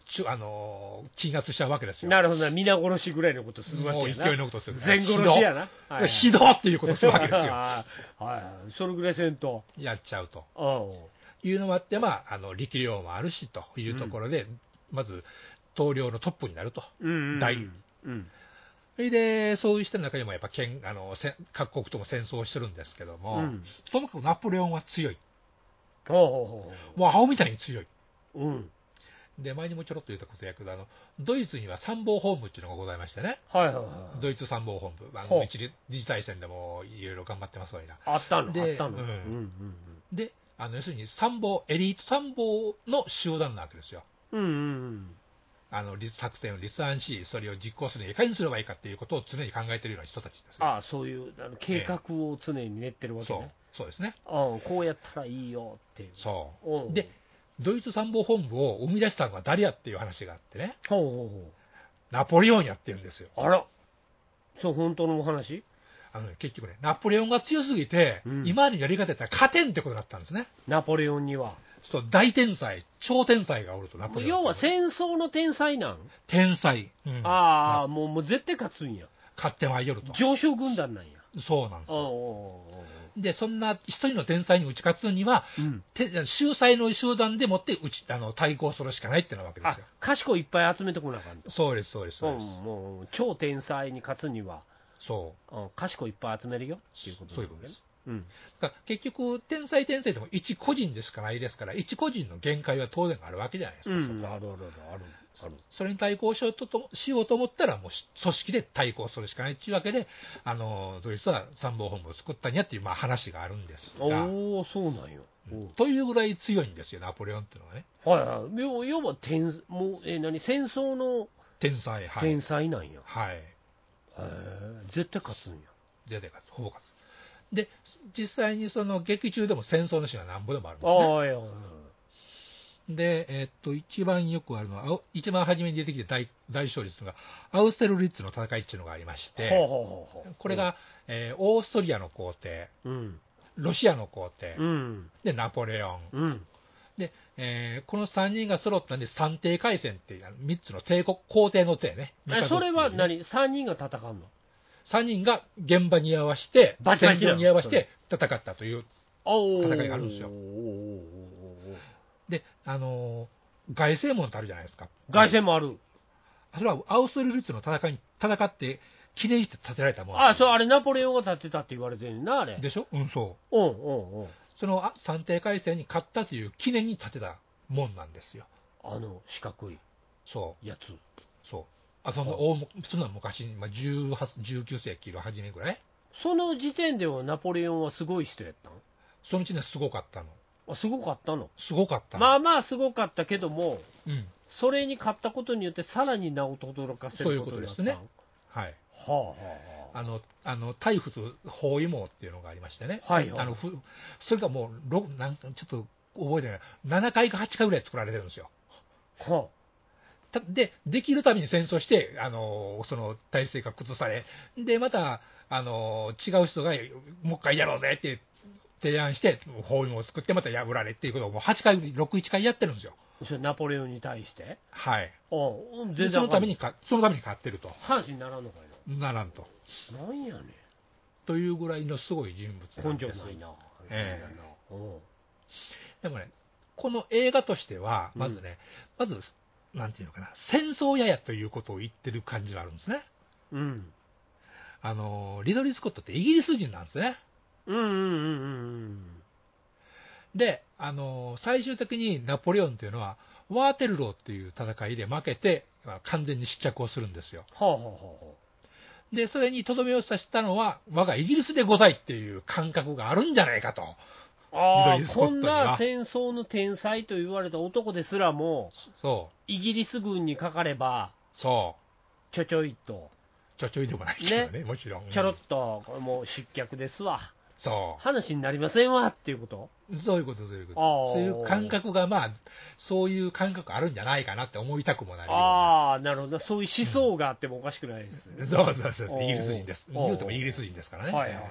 S3: ちゅあのー鎮圧しちゃうわけですよ。
S2: なるほどな、皆殺しぐらいのことするわけや
S3: もう
S2: な。
S3: 勢いのことする。
S2: 全殺しやな。はいはい。
S3: ひどっっていうことするわけですよ
S2: *laughs* はいはい。それぐらいせんと。
S3: やっちゃうと。
S2: うん
S3: いうのもあって、まあ、あの力量もあるしというところで、まず統領のトップになると、
S2: うんうんうん。
S3: 大
S2: うん。
S3: それでそうした中でもやっぱけんあのせ各国とも戦争をしてるんですけども、
S2: うん
S3: ともかくナポレオンは強い、
S2: ほうほうほ
S3: もう青みたいに強い、
S2: う。うん。
S3: で、前にもちょろっと言ったことやけど、あの、ドイツには参謀本部っていうのがございましてね。
S2: はいはいはい。
S3: ドイツ参謀本部。あ
S2: ほう
S3: の、一律自治体選でもいろいろ頑張ってますわいな。
S2: あったの、
S3: で
S2: あったの。
S3: うん
S2: ん
S3: で、あの、要するに参謀、エリート参謀の集団なわけですよ。
S2: うんうん。うんうん
S3: あの、立作戦を立案し、それを実行するにはいかにすればいいかっていうことを常に考えているような人たちですよ。
S2: ああ、そういうあの計画を常に練ってるわけ
S3: そう
S2: ね。。
S3: そうですね。
S2: うん、こうやったらいいよっていう。
S3: そうう。
S2: ん
S3: で、ドイツ参謀本部を生み出したのは誰やっていう話があってね、
S2: ほうほうほ
S3: ナポレオンやって言うんですよ。
S2: う。あら、そう、本当のお話
S3: あのね結局ね、ナポレオンが強すぎて、
S2: うん
S3: 今のやり方やったら勝てんってことだったんですね。
S2: ナポレオンには。
S3: そう、大天才、超天才がおると、ナポレオン。
S2: 要は戦争の天才なん、
S3: 天才。うん
S2: ああ、もうもう絶対勝つんや。
S3: 勝ってまいよると。
S2: 上昇軍団なんや。
S3: そうなんです
S2: おうおう
S3: よ。
S2: おう
S3: で、そんな一人の天才に打ち勝つには、
S2: おううん
S3: て秀才の集団でもって打ちあの対抗するしかないってなわけで
S2: あ
S3: すよ。
S2: 賢いいっぱい集めてこなあかんと
S3: そうです、そうです、そううんです。
S2: もう超天才に勝つには、
S3: そう。
S2: うん、賢いいっぱい集めるよっていうこと
S3: そういうことです。
S2: うん、
S3: だから結局、天才天才でも一個人でしかないですから、一個人の限界は当然あるわけじゃないです
S2: う
S3: か。
S2: ん、あるあるあるある
S3: それに対抗しようととしようと思ったら、もうし組織で対抗するしかないっていうわけで、あのドイツは参謀本部を作ったんやっていう、まあ、話があるんです
S2: ある
S3: が、
S2: おおそうなんよ、おう
S3: というぐらい強いんですよ、ナポレオンっていうのはね、
S2: はいはい要要は天もうえー何戦争の
S3: 天才、はい、
S2: 天才なんや、
S3: はい、
S2: へえ絶対勝つんや
S3: 出てかつ、ほぼ勝つ。で、実際にその劇中でも戦争のシーンはなんぼでもあるんです
S2: ああ
S3: ね。
S2: いやいやいや
S3: で、えーっと、一番よくあるのは、あお一番初めに出てきて大大勝利するのが、アウステルリッツの戦いっていうのがありまして、
S2: ほうほうほうほう
S3: これが、えーオーストリアの皇帝、
S2: うん
S3: ロシアの皇帝、
S2: うん
S3: で、ナポレオン。
S2: うん
S3: で、えーこの3人が揃ったんで、三帝海戦っていう、3つの帝国、皇帝の帝ね。
S2: えそれは
S3: 何
S2: 何3人が戦うの
S3: ?3 人が現場に合わせて、
S2: バチバ
S3: 戦
S2: チな
S3: 場
S2: の
S3: に合わせて戦ったという。
S2: 戦
S3: 戦いがあるんですよ
S2: よ
S3: で、あのー凱旋門ってあるじゃないですか。
S2: 凱旋もある
S3: それはアウストリアルツの戦いに戦って、記念して建てられたもの。
S2: あそうあれナポレオンが建てたって言われてるなあれ
S3: でしょうん、そう。
S2: うんうんうん
S3: そのあ三帝海戦に勝ったという記念に建てたもんなんですよ。
S2: あの四角い
S3: そう。
S2: やつ
S3: そう。あ、そんな大も、そんな昔、まあ、18、19世紀の初めぐらい
S2: その時点ではナポレオンはすごい人やったん
S3: そのうちね、すごかったの。
S2: あすごかったの
S3: すごかったの。
S2: まあまあすごかったけども
S3: うん。
S2: それに勝ったことによってさらに名を轟かせることになったん
S3: そういうこはい。
S2: はあはあは
S3: あの、あの、大仏包囲網っていうのがありましてね。
S2: あはいはい
S3: あの、ふそれがもう、ろなんか、ちょっと覚えてない。7回か8回ぐらい作られてるんですよ。
S2: は
S3: たで、できるたびに戦争して、あのその体制が崩され、で、また、あの違う人が、もう一回やろうぜって提案して、包囲網を作って、また破られっていうことをもう8回、6、1回やってるんですよ。
S2: あそれナポレオンに対して
S3: はい。
S2: うんうん
S3: で、
S2: 全
S3: そ
S2: 然
S3: の
S2: わか
S3: た
S2: んな
S3: め
S2: い
S3: にか、そのために勝ってると。
S2: 話にならんのかい
S3: ならんと。
S2: ななんやねん
S3: というぐらいのすごい人物なん
S2: 根性
S3: です。
S2: ないな。
S3: え
S2: う
S3: え
S2: ん
S3: でもね、この映画としては、まずね、まず、なんていうのかな、戦争ややということを言ってる感じがあるんですね。
S2: うん。
S3: あのリドリー・スコットってイギリス人なんですね。
S2: うんうんうんうん
S3: で、あの最終的にナポレオンというのは、ワーテルローっていう戦いで負けて、まあ完全に失脚をするんですよ。
S2: はあはあはあは
S3: で、それにとどめを刺したのは、我がイギリスでございっていう感覚があるんじゃないかと。
S2: あ。ああ
S3: 緑スコッ
S2: こ
S3: ト
S2: ん
S3: には
S2: な戦争の天才と言われた男ですらも、
S3: そう、
S2: イギリス軍にかかれば、
S3: そう。
S2: ちょちょいと、
S3: ちょちょいでもないけどね、もちろん。
S2: ちょろっと、もう失脚ですわ、
S3: そ
S2: 話になりませんわっていうこと、
S3: う。そういうこと、そういうこ
S2: あー
S3: と。そういう感覚が、まあ、そういう感覚あるんじゃないかなって思いたくもなるような。
S2: ああ、なるほど、そういう思想があってもおかしくないです、
S3: そうそうそう
S2: お
S3: そう。
S2: ー
S3: イギリス人です。
S2: おー
S3: 言うてもイギリス人ですからね。
S2: はいはいはい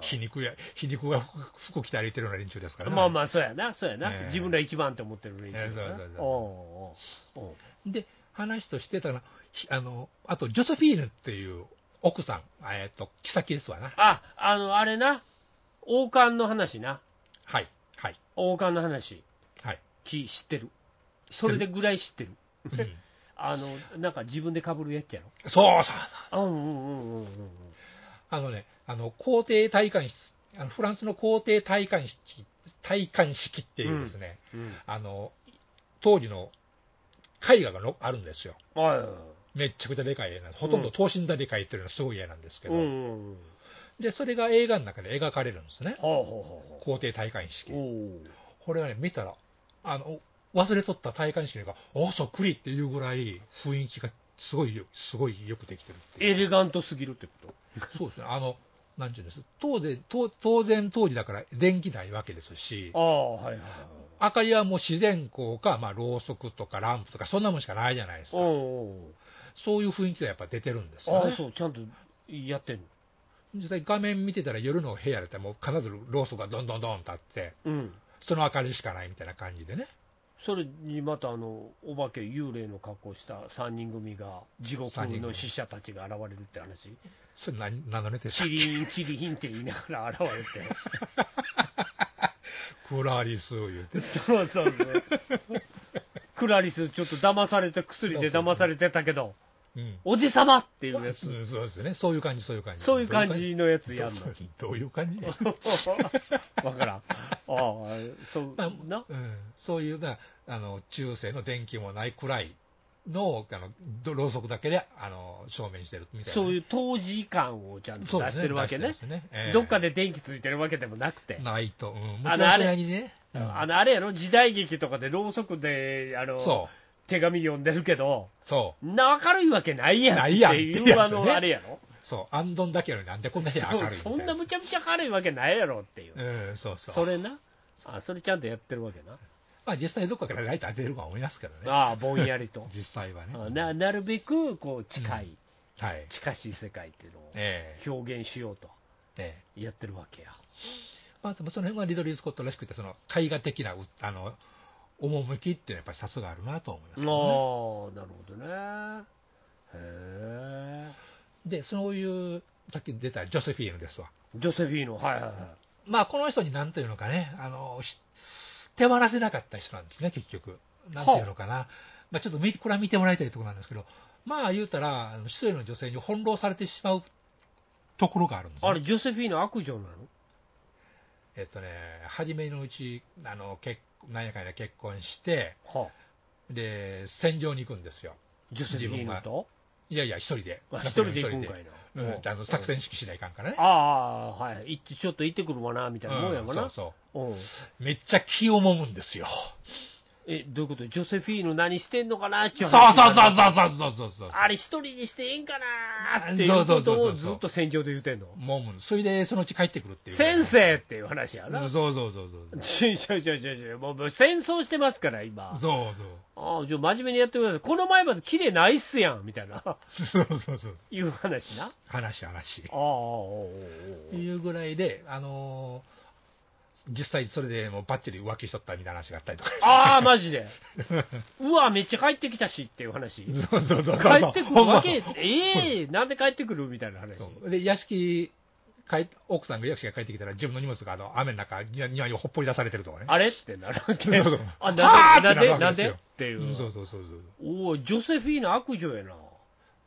S3: 皮肉や、皮肉が服服着て歩いてるような連中ですか
S2: は
S3: ら
S2: い、
S3: ね。
S2: まあまあ、そうやな、そうやな、
S3: ええ
S2: 自分ら一番って思ってる連中
S3: ええ
S2: だ
S3: そうそ
S2: な、
S3: う
S2: お
S3: そう
S2: うおうおう
S3: で、話としてたら、ひあの、あと、ジョセフィーヌっていう奥さん、えっ、と、妃ですわな。
S2: あ、あの、あれな、王冠の話な、
S3: はい。はい。
S2: 王冠の話、
S3: はい。
S2: き知ってる、それでぐらい知ってる、
S3: うん
S2: あのなんか自分でかぶるやつやろ。
S3: そうそう。
S2: うんうんうんうんうん
S3: あのね、あの皇帝戴冠式、あのフランスの皇帝戴冠式、戴冠式っていうですね、
S2: うん
S3: あの当時の絵画がのあるんですよ。
S2: は
S3: めっちゃくちゃでかい絵なんです。ほとんど等身大で描いてるのすごい絵なんですけ
S2: い。
S3: ど、
S2: うんうんうん。
S3: で、それが映画の中で描かれるんですね
S2: は。あはあはあはあ。
S3: 皇帝戴冠式
S2: お。お。
S3: これはね、見たら、あの、忘れとった戴冠式が、おそっくりっていうぐらい雰囲気がすごいよ、すごいよくできてるっていう。
S2: エレガントすぎるってこ
S3: そうですね。あの、なんていうんです当然、当当然当時だから電気ないわけですし
S2: と。、ああ、はいはいはい。
S3: 明かりはもう自然光か、まあ、ろうそくとかランプとか、そんなもんしかないじゃないです
S2: お
S3: か。
S2: お
S3: そういう雰囲気がやっぱ出てるんです
S2: うおう。
S3: よ
S2: ああ、
S3: ね。
S2: そう、ちゃんとやってんの。
S3: 実際画面見てたら夜の部屋だったらもう必ずろうそくがどんどんどん立って、
S2: うん。
S3: その明かりしかないみたいな感じでね。
S2: それにまたあのお化け、幽霊の格好をした3人組が地獄の死者たちが現れるって話、
S3: それ何、何のネタでした
S2: チ
S3: っけ
S2: リン、チリヒンって言いながら現れて、
S3: クラリスを言うて。
S2: そうそうそう、クラリス、ちょっと騙されて、薬で騙されてたけど、
S3: うん。
S2: おじさまっていう
S3: そう
S2: や
S3: です
S2: つ、
S3: ね。そういう感じ、そういう感じ。
S2: そういう感じのやつ
S3: *laughs*
S2: やんの。
S3: どういう感じどういう感じ
S2: わからん。ああ、そう
S3: まあ
S2: *laughs* な。
S3: うん、そういうなあの中世の電気もないくらいのをあのどろうそくだけであの照明してるみたいなね、
S2: そういう当時感をちゃんと出してるわけ
S3: そうで
S2: ね
S3: す。ね出してますねええ
S2: どっかで電気ついてるわけでもなくて。
S3: ないと、うん、もち
S2: あ
S3: ろん
S2: のあれ
S3: それなりにね、うん
S2: あの、あれやろ、時代劇とかでろうそくで、あ
S3: そ
S2: の、
S3: う
S2: 手紙読んでるけど、
S3: そ
S2: んな明るいわけないやんっ
S3: な
S2: て
S3: いやん
S2: い
S3: って
S2: う、
S3: や
S2: あ
S3: つね
S2: の、あれやろ。
S3: うそうあんどんだけやのになんでこんなに明るいみたい
S2: そ *laughs* そんなむちゃむちゃ明るいわけないやろっていう。
S3: うん、そうそう
S2: それな。あ、それちゃんとやってるわけな。
S3: まあ、実際どっかからライト当てるか思いますけどね。
S2: ああ、ぼんやりと
S3: *laughs* 実際はね
S2: あななるべく、こう、近
S3: う
S2: い、
S3: はい
S2: 近しい世界っていうのを
S3: ええ
S2: 表現しようと
S3: ええ
S2: やってるわけや。
S3: まあ、でもその辺はリドリー・スコットらしくてその絵画的なうあの趣っていうのはやっぱりさすがあるなと思いま
S2: ああ
S3: すけ
S2: ー、なる
S3: どね
S2: ほどね。へえ。
S3: で、そういう、さっき出たジョセフィーヌですわ。
S2: ジョセフィーノ、はいはいは
S3: まあ、この人になんというのかね、あの、し手放せなかった人なんですね、結局。なんていうのかな。まあ、ちょっと見、これは見てもらいたいところなんですけど、まあ、言うたら、あの一人の女性に翻弄されてしまうところがあるんです、
S2: い。
S3: ね。
S2: あれ、ジョセフィーノ悪女なの
S3: えっとね、初めのうち、あの、結なんやかんや結婚して、
S2: はあ、
S3: で、戦場に行くんですよ。
S2: ジョセフィーノと
S3: いやいや、一人で。
S2: あ一人で行くんかいな。
S3: うん
S2: うん
S3: あの作戦指揮しないかんからね。
S2: ああ、はい。行って、ちょっと行ってくるわな、みたいなもんや
S3: うん
S2: か
S3: そう
S2: な。
S3: そ
S2: うん
S3: う。めっちゃ気をもむんですよ。
S2: え、どういうことジョセフィーノ何してんのかなってい
S3: そうう
S2: 話
S3: そうそうそうそうそうそうそう。
S2: あれ一人にしてええんかなっていうこ
S3: そうそう
S2: と
S3: そう
S2: を
S3: そう
S2: ずっと戦場で言うてんの。
S3: もむ。それでそのうち帰ってくるっていう。
S2: 先生っていう話や
S3: うんそ
S2: な
S3: う。そうそうそうそう。
S2: ちょいちょいちょいちょいちょいもうもう戦争してますから、今。
S3: そう
S2: ああ、じゃあ真面目にやってください。この前まで綺麗ないっすやん、みたいな、
S3: そう。そうそうそう。
S2: いう話な。
S3: 話話。
S2: ああ、おうおうおう
S3: っていうぐらいで、あのー実際それでもうバッチリ浮気しとったみたいな話があったりとかして。
S2: ああ、マジで。うわ、めっちゃ帰ってきたしっていう話。
S3: *laughs* そうそうそうそう。
S2: 帰ってくるわ
S3: ほん
S2: け
S3: ま、
S2: ええなんで帰ってくるみたいな話。
S3: そうで、屋敷、帰っ奥さんが屋敷が帰ってきたら自分の荷物があの雨の中に庭にほっぽり出されてるとかね。
S2: あれってなるわけ。
S3: そうそう
S2: あ、
S3: は
S2: な
S3: あ
S2: んで、な
S3: ってなんる
S2: で、
S3: わけ
S2: な
S3: で
S2: ん
S3: す
S2: でっ
S3: よ
S2: ていう。
S3: うんそうそうそうそう。
S2: おお、ジョセフィーナ悪女やな。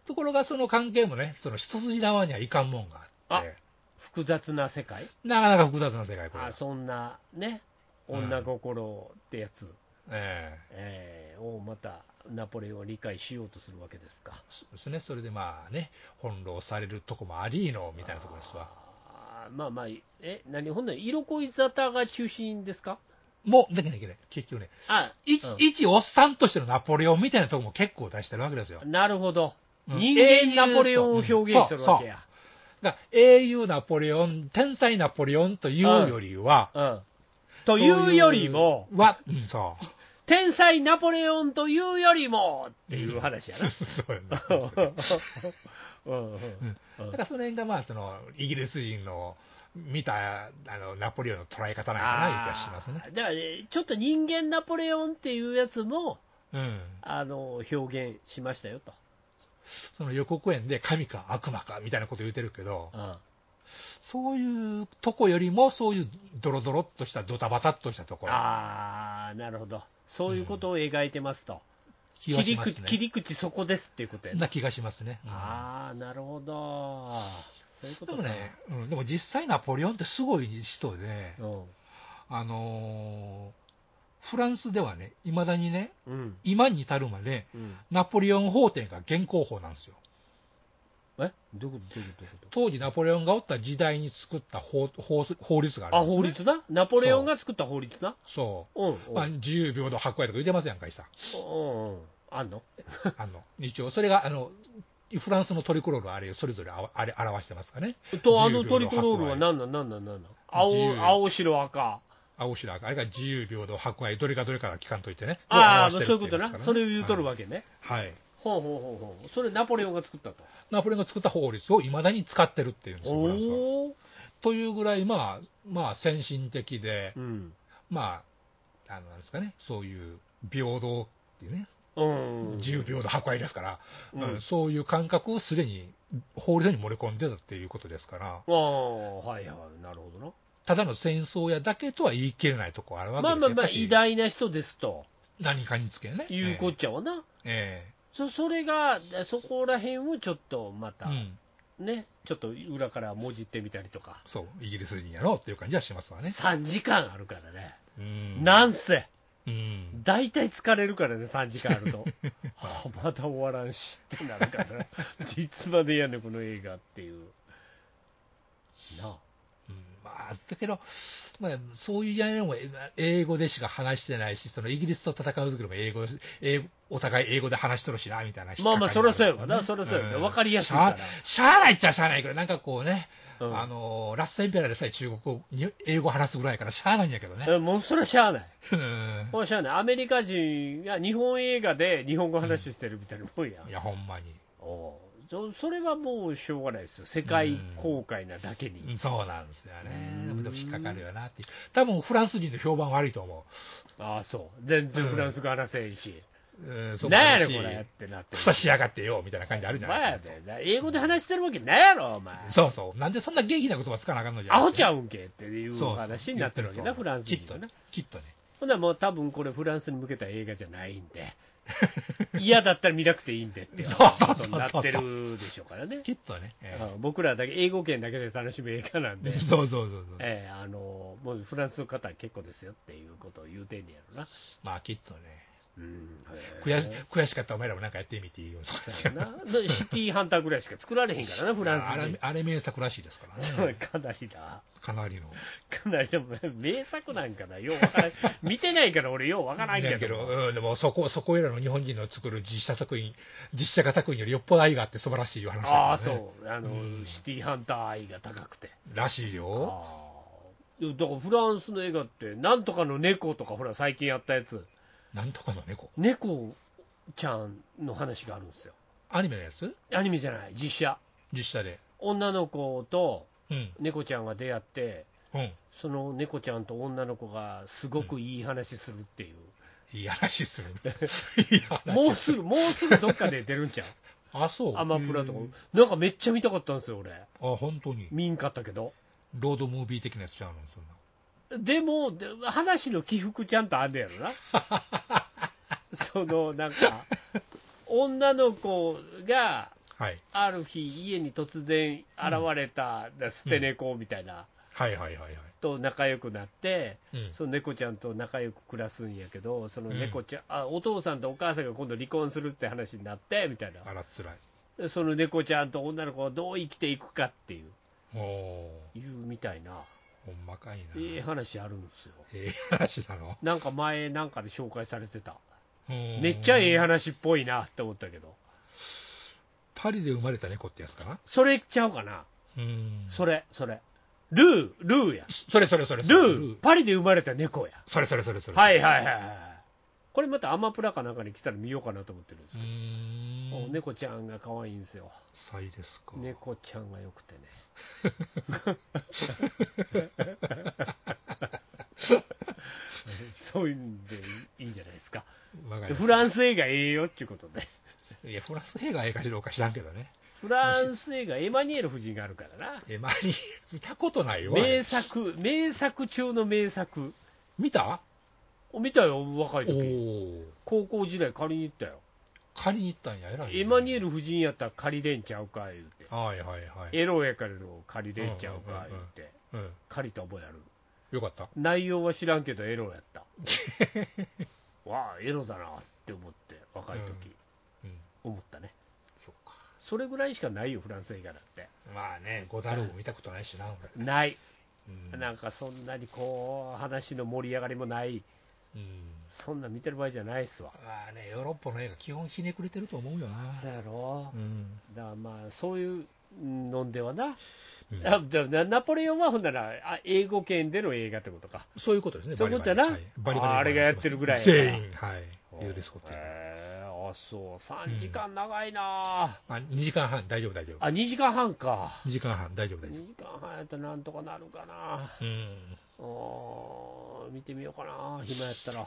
S3: ところがその関係もね、その一筋縄にはいかんもんがあって、
S2: 複雑な世界。
S3: なかなか複雑な世界、これは
S2: あ、そんな、ね。女心ってやつ。
S3: ええ
S2: えーをまたナポレオンを理解しようとするわけですか。
S3: そうですね、それでまあね、翻弄されるとこもありーのみたいなところですわ。
S2: あーまあまあ、え、何、ほんなら色恋沙汰が中心ですか
S3: もう、だけどね、結局ね、
S2: あ、
S3: 一、
S2: うん
S3: 一おっさんとしてのナポレオンみたいなとこも結構出してるわけですよ。
S2: なるほど。
S3: うん
S2: 人間ナポレオンを表現してるわけや。
S3: だから英雄ナポレオン、天才ナポレオンというよりは、
S2: うん。というよりも
S3: そ、ういうは、うん、そう。
S2: 天才ナポレオンというよりも、っていう話やな。 *laughs*
S3: そうやな。
S2: うんうん
S3: だからその辺がまあ、その、イギリス人の見た、あの、ナポレオンの捉え方なんかな、いう気がしますね
S2: あ。ーだからね、ちょっと人間ナポレオンっていうやつも、
S3: うん。
S2: あの、表現しましたよと。
S3: その予告編で神か悪魔かみたいなこと言うてるけど、
S2: うん
S3: そういうとこよりも、そういうドロドロっとした、ドタバタっとしたところ、
S2: ああ、なるほど。そういうことを描いてますと。
S3: 気
S2: 切
S3: がし
S2: り
S3: ま
S2: 口、
S3: す
S2: 切
S3: ね。
S2: り口そこですっていうことやな。
S3: な気がしますね。うん
S2: ああ、なるほど。そういうこ
S3: で
S2: と
S3: も
S2: か。
S3: ね、うん、でも実際ナポレオンってすごい人で、
S2: うん。
S3: あのフランスではね、いまだにね、
S2: うん。
S3: 今に至るまで、
S2: うん。
S3: ナポレオン法典が現行法なんですよ。
S2: えどういうことどういうことどういうこと
S3: 当時ナポレオンがおった時代に作った法法法律があ
S2: あ、
S3: るんです、ね。
S2: 法律なナポレオンが作った法律な
S3: そ
S2: うん。
S3: う。まあ、自由平等博愛とか言ってますやんかいさ。
S2: うん。うん。あんの *laughs*
S3: あの、一応、それが、あの、フランスのトリコロールあれ、それぞれあわあれ表してますかね。
S2: と、あのトリコロールは何なんなんなんなんなん青
S3: 自由、
S2: 青、白、赤。
S3: 青白赤、あれが自由平等博愛、どれがどれかが聞かんといてね。
S2: ああ、
S3: を
S2: そう
S3: 表
S2: いう
S3: し
S2: こと
S3: てるって言い
S2: な。
S3: ます
S2: そ
S3: からね
S2: れを言うとるわけね。
S3: はい。はい
S2: ほうほうほうほう。それナポレオンが作ったと。
S3: ナポレオンが作った法律をいまだに使ってるっていうんですよ、フランスは
S2: おお。
S3: というぐらい、まあ、まあ、先進的で、
S2: うん。
S3: まあ、あの、なんですかね、そういう平等っていうね、
S2: うん。
S3: 自由平等博愛ですから、
S2: うん
S3: うんそういう感覚をすでに法律に盛り込んでたっていうことですから、
S2: ああ、はいはい。なるほどな。
S3: ただの戦争やだけとは言い切れないところあるわけ
S2: ま
S3: です
S2: あまあまあ、
S3: やっぱし
S2: 偉大な人ですと
S3: 何かにつけね。
S2: いうこっちゃわな。
S3: ええ
S2: そそれが、そこら辺をちょっとま
S3: え
S2: た、
S3: えうん。
S2: ね、ちょっと裏からもじってみたりとか、
S3: そう、イギリス人やろうっていう感じはしますわね。
S2: 3時間あるからね、
S3: うん
S2: なんせ、
S3: うん。
S2: 大体疲れるからね、3時間あると、 *laughs* はあまた終わらんしってなるからね、いつまでやねん、この映画っていう。なあ
S3: うんまあ、だけど、まあ、そういうやりもえ英語でしか話してないし、そのイギリスと戦う時も英語です、英語お互い英語で話しとるしな、みたいな引っ
S2: まあ
S3: かかりがるんですよね、
S2: まあ、そりゃそうやわな、そりゃそうやわな、わかりやすいから
S3: しゃ。あしゃあないっちゃしゃあないけど、なんかこうね、
S2: うん
S3: あのラッサインペラでさえ中国語に、英語話すぐらいやからしゃあないんやけどね。
S2: えもうそれはしゃあない。
S3: うん
S2: もうしゃあない。アメリカ人が日本映画で日本語話してるみたいなもんや。
S3: いや、ほんまに。
S2: おうそそれはもうしょうがないですよ、世界公開なだけに。
S3: そうなんですよね。
S2: うん
S3: でも引っかかるよなっていう。多分フランス人の評判悪いと思
S2: ああ、そう、全然フランス語話せんし、
S3: う。うん、
S2: な
S3: そ
S2: ん、
S3: うか
S2: や
S3: も
S2: ねこ
S3: し
S2: れってなって
S3: ふさしやがってよ、みたいな感じあるじゃ
S2: ま
S3: な
S2: あ
S3: い
S2: だよな英語で話してるわけないやろ、お前。
S3: そうそう。なんでそんな元気な言葉つかなあかんのじゃ
S2: アホちゃ
S3: う
S2: うんけっていう話になってるわけ
S3: そ
S2: な、
S3: うそ
S2: フ
S3: う
S2: ランス
S3: きっ
S2: 人
S3: と
S2: はな
S3: ね。。きっとね。
S2: ほんならもう多分これ、フランスに向けた映画じゃないん
S3: *laughs*
S2: で、嫌だったら見なくていいんでってい
S3: そうそうそう
S2: ことに
S3: そう
S2: なってるでしょうからね。
S3: きっとね。え
S2: うん僕らだけ、英語圏だけで楽しむ映画なん
S3: え
S2: で。
S3: そうそうそうそう。
S2: ええあのもうフランスの方は結構ですよっていうことを言うてんねやろな。
S3: まあきっとね。
S2: うん、
S3: 悔し悔しかったらお前らもなんかやってみていいよとかです
S2: そ
S3: よ
S2: うやなでシティハンターぐらいしか作られへん
S3: *laughs*
S2: からな、フランス
S3: あれ
S2: 人。
S3: あれ名作らしいですから
S2: *laughs* そう
S3: ね。
S2: かなりだ、
S3: かなりの。
S2: かなりでも名作なんかな、ようわからん、見てないから俺、ようわからんけ
S3: だ
S2: ど、
S3: けど、うん、でもそこ、そこいらの日本人の作る実写作品、実写化作品よりよっぽど愛があって素晴らしいいう話だからね
S2: ああ、そう、あの
S3: うん
S2: シティハンター愛が高くて、
S3: らしいよ。
S2: ああいやだからフランスの映画って、なんとかの猫とか、ほら、最近やったやつ、
S3: なんとかの猫。
S2: 猫ちゃんの話があるんですよ、
S3: アニメのやつ
S2: アニメじゃない、実写、
S3: 実写で。
S2: 女の子と
S3: うん。
S2: 猫ちゃんが出会って、
S3: うん。
S2: その猫ちゃんと女の子がすごくいい話するっていう、
S3: いい話する
S2: *laughs*
S3: ね。いい話
S2: もうすぐ、もうすぐどっかで出るんちゃ *laughs* う、
S3: あ、そう。
S2: アマプラとか
S3: へー、
S2: なんかめっちゃ見たかったんですよ、俺、
S3: あ、本当に。
S2: 見んかったけど、
S3: ロードムービー的なやつちゃうのそんな。
S2: でも、で話の起伏ちゃんとあんねやろな、
S3: *laughs*
S2: そのなんか、女の子が
S3: はい。
S2: ある日、家に突然現れた捨て猫みたいな、
S3: はいはいはいはい。
S2: と仲良くなって、
S3: うん。
S2: その猫ちゃんと仲良く暮らすんやけど、その猫ちゃん、あお父さんとお母さんが今度離婚するって話になってみたい
S3: あら、つらい。
S2: な、その猫ちゃんと女の子はどう生きていくかっていう、
S3: おー、
S2: いうみたいな、
S3: ほんまかいな。
S2: ええ話あるんですよ。
S3: ええ話なの
S2: なんか前、なんかで紹介されてた、
S3: め
S2: *laughs* めっちゃええ話っぽいなって思ったけど、
S3: パリで生まれた猫ってやつかな
S2: それちゃうかな、
S3: うん。
S2: それ、それ、ルー、ルーや、
S3: それそれそれそれ。
S2: ルー、パリで生まれた猫や、
S3: それそれそれそれ。
S2: はいはいはいはい、これまたアマプラかなんかに来たら見ようかなと思ってるんですけ
S3: う
S2: ど、
S3: ー
S2: お
S3: ん。
S2: 猫ちゃんが可愛いんですよ。
S3: サイですか。
S2: 猫ちゃんが良くて
S3: *laughs*
S2: ね。そういうんでいいんじゃないですか。
S3: わかりました
S2: フランス映画ええよっていうことで。
S3: いや、フランス映画はええかしらうか知らんけどね。
S2: フランス映画、エマニュエル夫人があるからな。
S3: え、前に見たことないよ。あれ
S2: 名作、名作中の名作。
S3: 見た
S2: 見たよ、若い
S3: お
S2: 時。
S3: ー。
S2: 高校時代借りに行ったよ。
S3: 借りに行ったんや、偉いね。
S2: エマニュエル夫人やったら借りれんちゃうか、言うて。
S3: はいはいはい。
S2: エロやからの借りれんちゃうか、言うて。
S3: うん。
S2: 借りた覚えある。
S3: よかった。
S2: 内容は知らんけどエロやったわあエロだなって思って若い時、
S3: うん、
S2: 思ったね
S3: そうか。
S2: それぐらいしかないよフランス映画だって
S3: まあね、ゴダールも見たことないしな、俺。
S2: ない、
S3: うん
S2: なんかそんなにこう話の盛り上がりもない
S3: うん
S2: そんな見てる場合じゃないっすわ
S3: まあね、ヨーロッパの映画、基本ひねくれてると思うよな。
S2: そうやろ、
S3: うん。
S2: だからまあそういうのんではな、
S3: うん
S2: あじゃあなナポレオンはほんならあ英語圏での映画ってことか
S3: そういうことですね、
S2: そういうことやな
S3: バリバリはいバリバリ
S2: あれがやってるぐらいやな
S3: 全員、はい。リュウデスコットやから
S2: へえあそう3時間長いな、
S3: まあ、2時間半、大丈夫、大丈夫。
S2: あ2時間半か
S3: 2時間半、大丈夫、大丈
S2: 2時間半やったらなんとかなるかな
S3: 夫。うん。
S2: うん見てみようかな暇や *laughs* ったら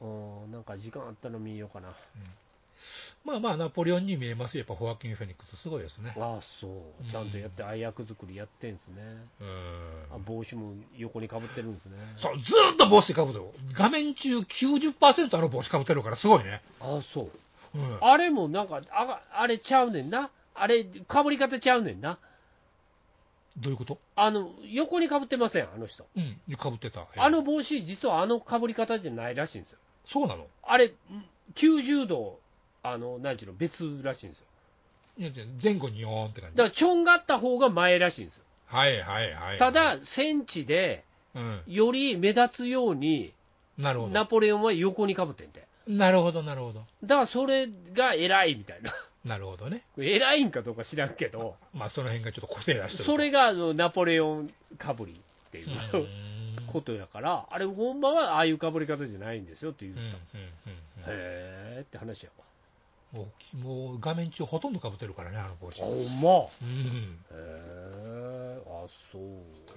S2: うんなんか時間あったら見ようかな
S3: まあまあ、ナポレオンに見えますよ、やっぱホアキン・フェニックス、すごいですね。
S2: ああそうちゃんとやって愛役作りやってんすね、
S3: うん。
S2: あ帽子も横にかぶってるんですね
S3: そう、ずーっと帽子かぶってる。画面中90%あの帽子かぶってるから、すごいね。
S2: ああそう
S3: うん。
S2: あれもなんかああれちゃうねんなあれかぶり方ちゃうねんな
S3: どういうこと
S2: あの横にかぶってませんあの人
S3: うん、かぶってた。
S2: あの帽子実はあのかぶり方じゃないらしいんですよ
S3: そうなの
S2: あれん90度あのなんちゅうの別らしいんですよ
S3: いや前後によーんって感じ
S2: だ。からちょんがった方が前らしいんですよ
S3: はいはいはい。
S2: た、だ戦地で
S3: うん。
S2: より目立つように
S3: なるほ
S2: ナ
S3: ど。
S2: ポレオンは横にかぶってんて
S3: なるほど、なるほど。
S2: だからそれが偉いみたいな *laughs*
S3: なるほどね。
S2: 偉いんかどうか知らんけど
S3: まあ、その辺がちょっと個性出してる。
S2: それがあのナポレオンかぶりっていう
S3: うん、うん、
S2: うことやからあれほんまはああいうかぶり方じゃないんですよって言っ
S3: うん、うん
S2: た、
S3: うん
S2: へえって話やわ
S3: もうき。もう画面中ほとんどかぶってるからね、あの帽子。
S2: あほんま
S3: うん。
S2: へえあそう、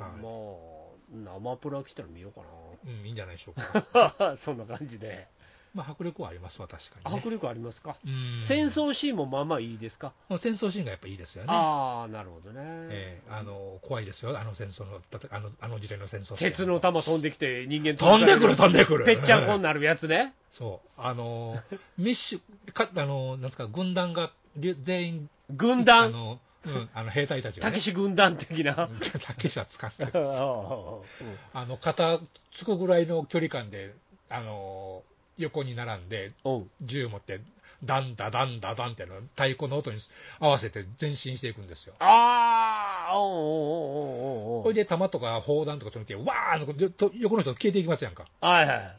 S3: はい
S2: まあ生プラ来たら見ようか
S3: うん、いいんじゃないでしょ
S2: *laughs*
S3: うか。 *laughs*
S2: なそんな感じで
S3: まあ、迫力はありますわ、確かに、ね。
S2: 迫力ありますか、
S3: うん
S2: 戦争シーンもまあまあいいですか、
S3: 戦争シーンがやっぱいいですよね。
S2: ああなるほどね、
S3: ええあの怖いですよ、あの戦争の、たたあのあの時代の戦争
S2: 鉄の玉飛んできて人間
S3: 飛んでくる、
S2: 飛
S3: 飛
S2: ん
S3: ん
S2: で
S3: で
S2: く
S3: く
S2: る
S3: る、
S2: ぺっちゃんこに
S3: な、
S2: なるやつね
S3: そう、
S2: *laughs*
S3: あの、ミッシュ、かあのなんですか、軍団がりゅ全員、
S2: 軍
S3: あ
S2: 団
S3: のうん、あの兵隊たちが、
S2: た
S3: ね
S2: け、し軍団的な
S3: たけしは使っ
S2: *laughs*
S3: て
S2: あ
S3: る
S2: あうん
S3: あの肩つくぐらいの距離感で、あの横に並んで、
S2: うん
S3: 銃持って、ダンダダンダダンってあの、太鼓の音に合わせて前進していくんですよ。
S2: ああ、おうおうおうおうおう
S3: それで弾とか砲弾とか飛んできて、わーっとと横の人消えていきますやんか。
S2: はいはい。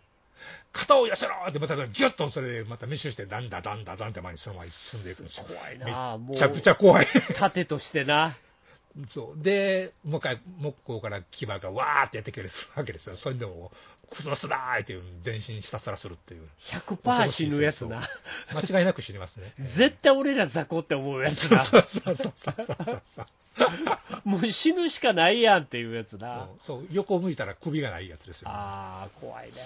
S3: 肩を寄せろって、またギュッとそれでまた密集して、だんだだんだだんって前にそのまま進んでいくんですよ。
S2: 怖い
S3: め
S2: なあ、もう。
S3: ちゃくちゃ怖い。
S2: 盾として
S3: *laughs*
S2: な。
S3: そう。で、もう一回、木工から牙がわーってやってきたりするわけですよ。それでも、クロスだーっていう、全身ひたすらするっていう。
S2: 100%死ぬやつな。。
S3: 間違いなく死にますね
S2: 絶対俺ら雑魚って思うやつ
S3: そう
S2: な。
S3: *laughs* そうそうそうそうそうそう。
S2: もう死ぬしかないやんっていうやつな。
S3: そう、横向いたら首がないやつですよ。
S2: ああ、怖いね。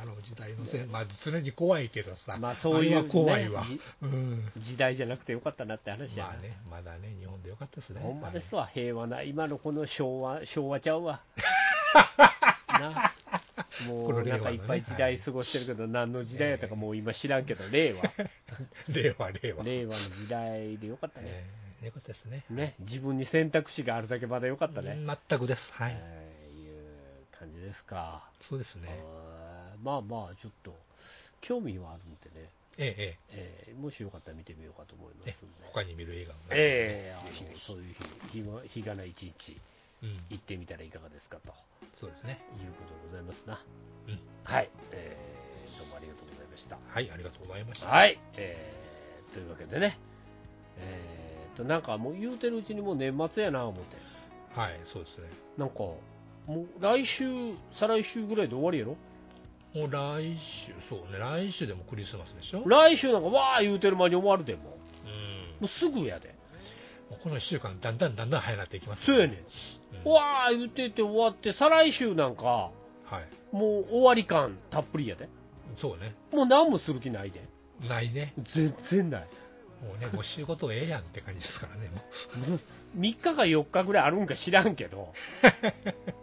S3: あの時代のせい、まあ、常に怖いけどさ、
S2: まあそういうね
S3: あれは怖いわ、
S2: じ
S3: うん、
S2: 時代じゃなくてよかったなって話や
S3: ま
S2: な
S3: あ。ね、まだね、日本でよかったですね、
S2: ほんまですわ、平和な、今のこの昭和、昭和ちゃう
S3: *laughs*
S2: わ。なも
S3: この
S2: う
S3: 令
S2: な
S3: 和
S2: んか
S3: のね
S2: いっぱい時代過ごしてるけど、何の時代やったかもう今知らんけど、令和。
S3: はい *laughs* *laughs* 令和、令和、
S2: 令和の時代でよかったね。
S3: えーよかったですね、
S2: ね、自分に選択肢があるだけまだよかったね。
S3: 全くです、は、
S2: はいいう感じですか。
S3: そうですね、
S2: あーまあまあ、ちょっと、興味はあるんでね、
S3: えええ
S2: えーもしよかったら見てみようかと思いま
S3: ええ
S2: すんで。
S3: 他に見る映画もね、
S2: ええあのそういう日、日は日がない一日、
S3: うん、
S2: 行ってみたらいかがですかと。
S3: そうですね、
S2: いうことでございますな。
S3: うん
S2: はい、えーどうもありがとうございました。
S3: はい、ありがとうございました。
S2: はい、えーというわけでね、えーと、なんかもう言うてるうちにもう年末やな思って、
S3: はい、そうですね、
S2: なんか、もう来週、再来週ぐらいで終わりやろ
S3: もう来週、そうね、来週でもクリスマスでしょ、
S2: 来週なんかわー言うてる間に終わるでもう、
S3: うん
S2: もうすぐやで。
S3: もうこの1週間、だんだんだんだん早なっていきます、
S2: そうやねん。
S3: うん
S2: わー言うてて終わって、再来週なんか、
S3: はい、
S2: もう終わり感たっぷりやで。
S3: そうね、
S2: もう何もする気ないで。
S3: ないね。
S2: 全然ない。
S3: もうね、もう仕事ええやんって感じですからね、も
S2: 3日か4日ぐらいあるんか知らんけ
S3: *laughs*
S2: ど、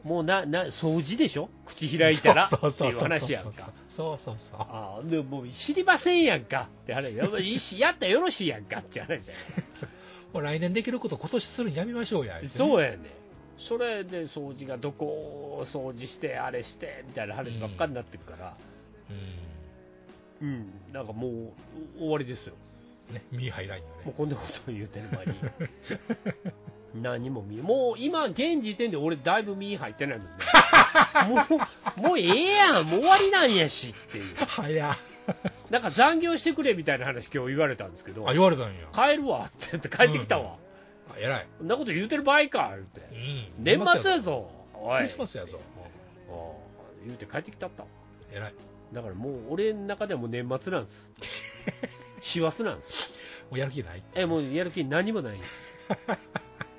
S2: もうな、な、掃除でしょ口
S3: う
S2: 開いたら。
S3: *laughs* そう
S2: って
S3: そう
S2: いう
S3: そう
S2: 話や
S3: そ
S2: ん
S3: う
S2: か。
S3: そうそうそうそう
S2: ああ、でもう知りませんやんかって話。やっぱいいしやったらよろしいやんかって話やん
S3: もう来年できること今年するにやめましょうや、言うてね
S2: そうやねそれで掃除がどこを掃除して、あれしてみたいな話ばっかりになってくから、
S3: うん
S2: うん、なんかもうお終わりですよ、
S3: ね、ミーハイラインよ
S2: もう
S3: ね。
S2: こんなことを言うてる前
S3: *laughs*
S2: に、何も見え、もう今、現時点で俺、だいぶ身入ってないもん
S3: *laughs*
S2: ね、もうもうええやん、もう終わりなんやしっていう、
S3: 早っ。
S2: なんか残業してくれみたいな話、今日言われたんですけど
S3: あ、、言われたんや。
S2: 帰るわって言って帰ってきたわ、
S3: あ偉い。
S2: そんなこと言うてる場合か、言って。
S3: うん
S2: 年末や。ぞ、お
S3: ク
S2: い
S3: リス、マスやぞ。
S2: ああ言うて帰ってきたったわ
S3: うん偉い。
S2: だからもう俺の中ではもう年末なんです
S3: *laughs*
S2: 師走なんです
S3: もうやる気ない。
S2: えもうやる気何もないんです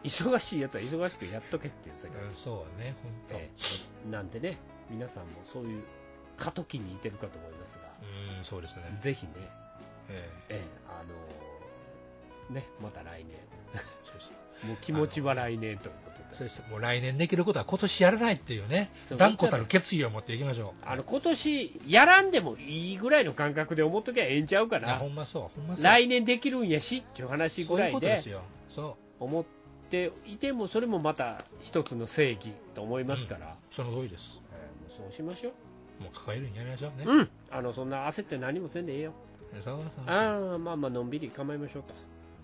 S2: 忙しいやつは忙しくやっとけっていう世界、
S3: うんそうね、本当。
S2: ええなんでね皆さんもそういう過渡期にいてるかと思いますが
S3: うん、そうですね。
S2: ぜひね、
S3: ええ
S2: ええあのねまた来
S3: そうです
S2: 年もう気持ちは来年ということ
S3: そ
S2: で
S3: うです。もう来年できることは今年やらないっていうね
S2: そ、う
S3: 断固たる決意を持っていきましょう。
S2: あの今年やらんでもいいぐらいの感覚で思っときゃええんちゃうか
S3: いや
S2: な
S3: ほんまそう、ほんまそう。
S2: 来年できるんやしっていう話ぐらい
S3: そういうことで
S2: です
S3: よ。そ
S2: 思っていてもそれもまた一つの正義と思いますから、
S3: う、その通りです。
S2: えーもうそうしましょ
S3: もう抱えるにやめましょうね。
S2: う、うんあのそんな焦って何もせんでええよ、
S3: そうそう。
S2: ああまあまあのんびり構いましょうと、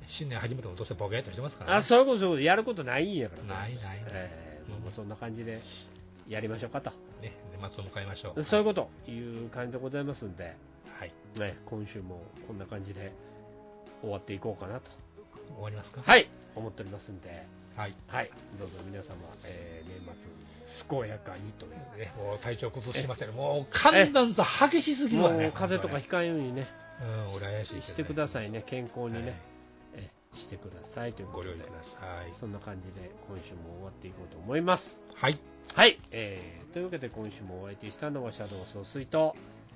S3: 新年始めてもどうせボケっとしてますから、
S2: あそういうことそういうことやることないんやから
S3: ないないない
S2: えーまあまあそんな感じでやりましょうかと、
S3: ね、年末を迎えましょう。
S2: そういうこという感じでございますんで、
S3: はい。
S2: ね、今週もこんな感じで終わっていこうかなと
S3: 終わりますか
S2: はい思っておりますんで
S3: はい。
S2: はいどうぞ皆様、えー年末健やかにという
S3: ね、もう体調崩してますよ。もう寒暖差激しすぎる
S2: もう
S3: わね。
S2: 風邪とかひかんようにね、
S3: うん、羨ましい。
S2: してください。ね、健康にね、
S3: はい
S2: えしてくださいというこ
S3: ご
S2: と
S3: 了
S2: で
S3: 承、ください。
S2: そんな感じで今週も終わっていこうと思います。
S3: はい。
S2: はい、えーというわけで今週もお相手したのはシャドウ総帥と、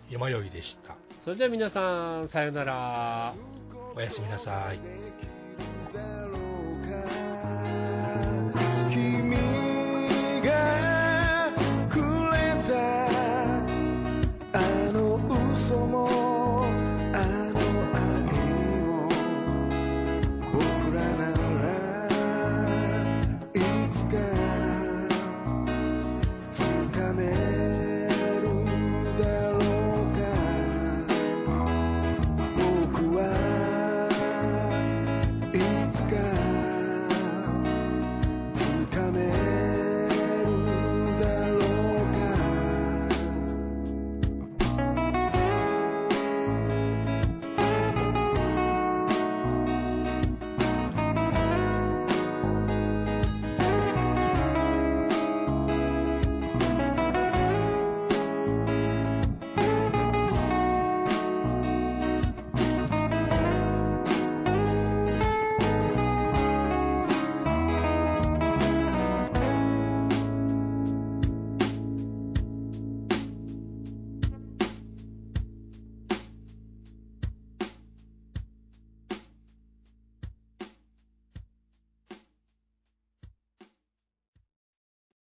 S3: 山よいでした。
S2: それでは皆さん、さようなら。
S3: おやすみなさい。
S6: 「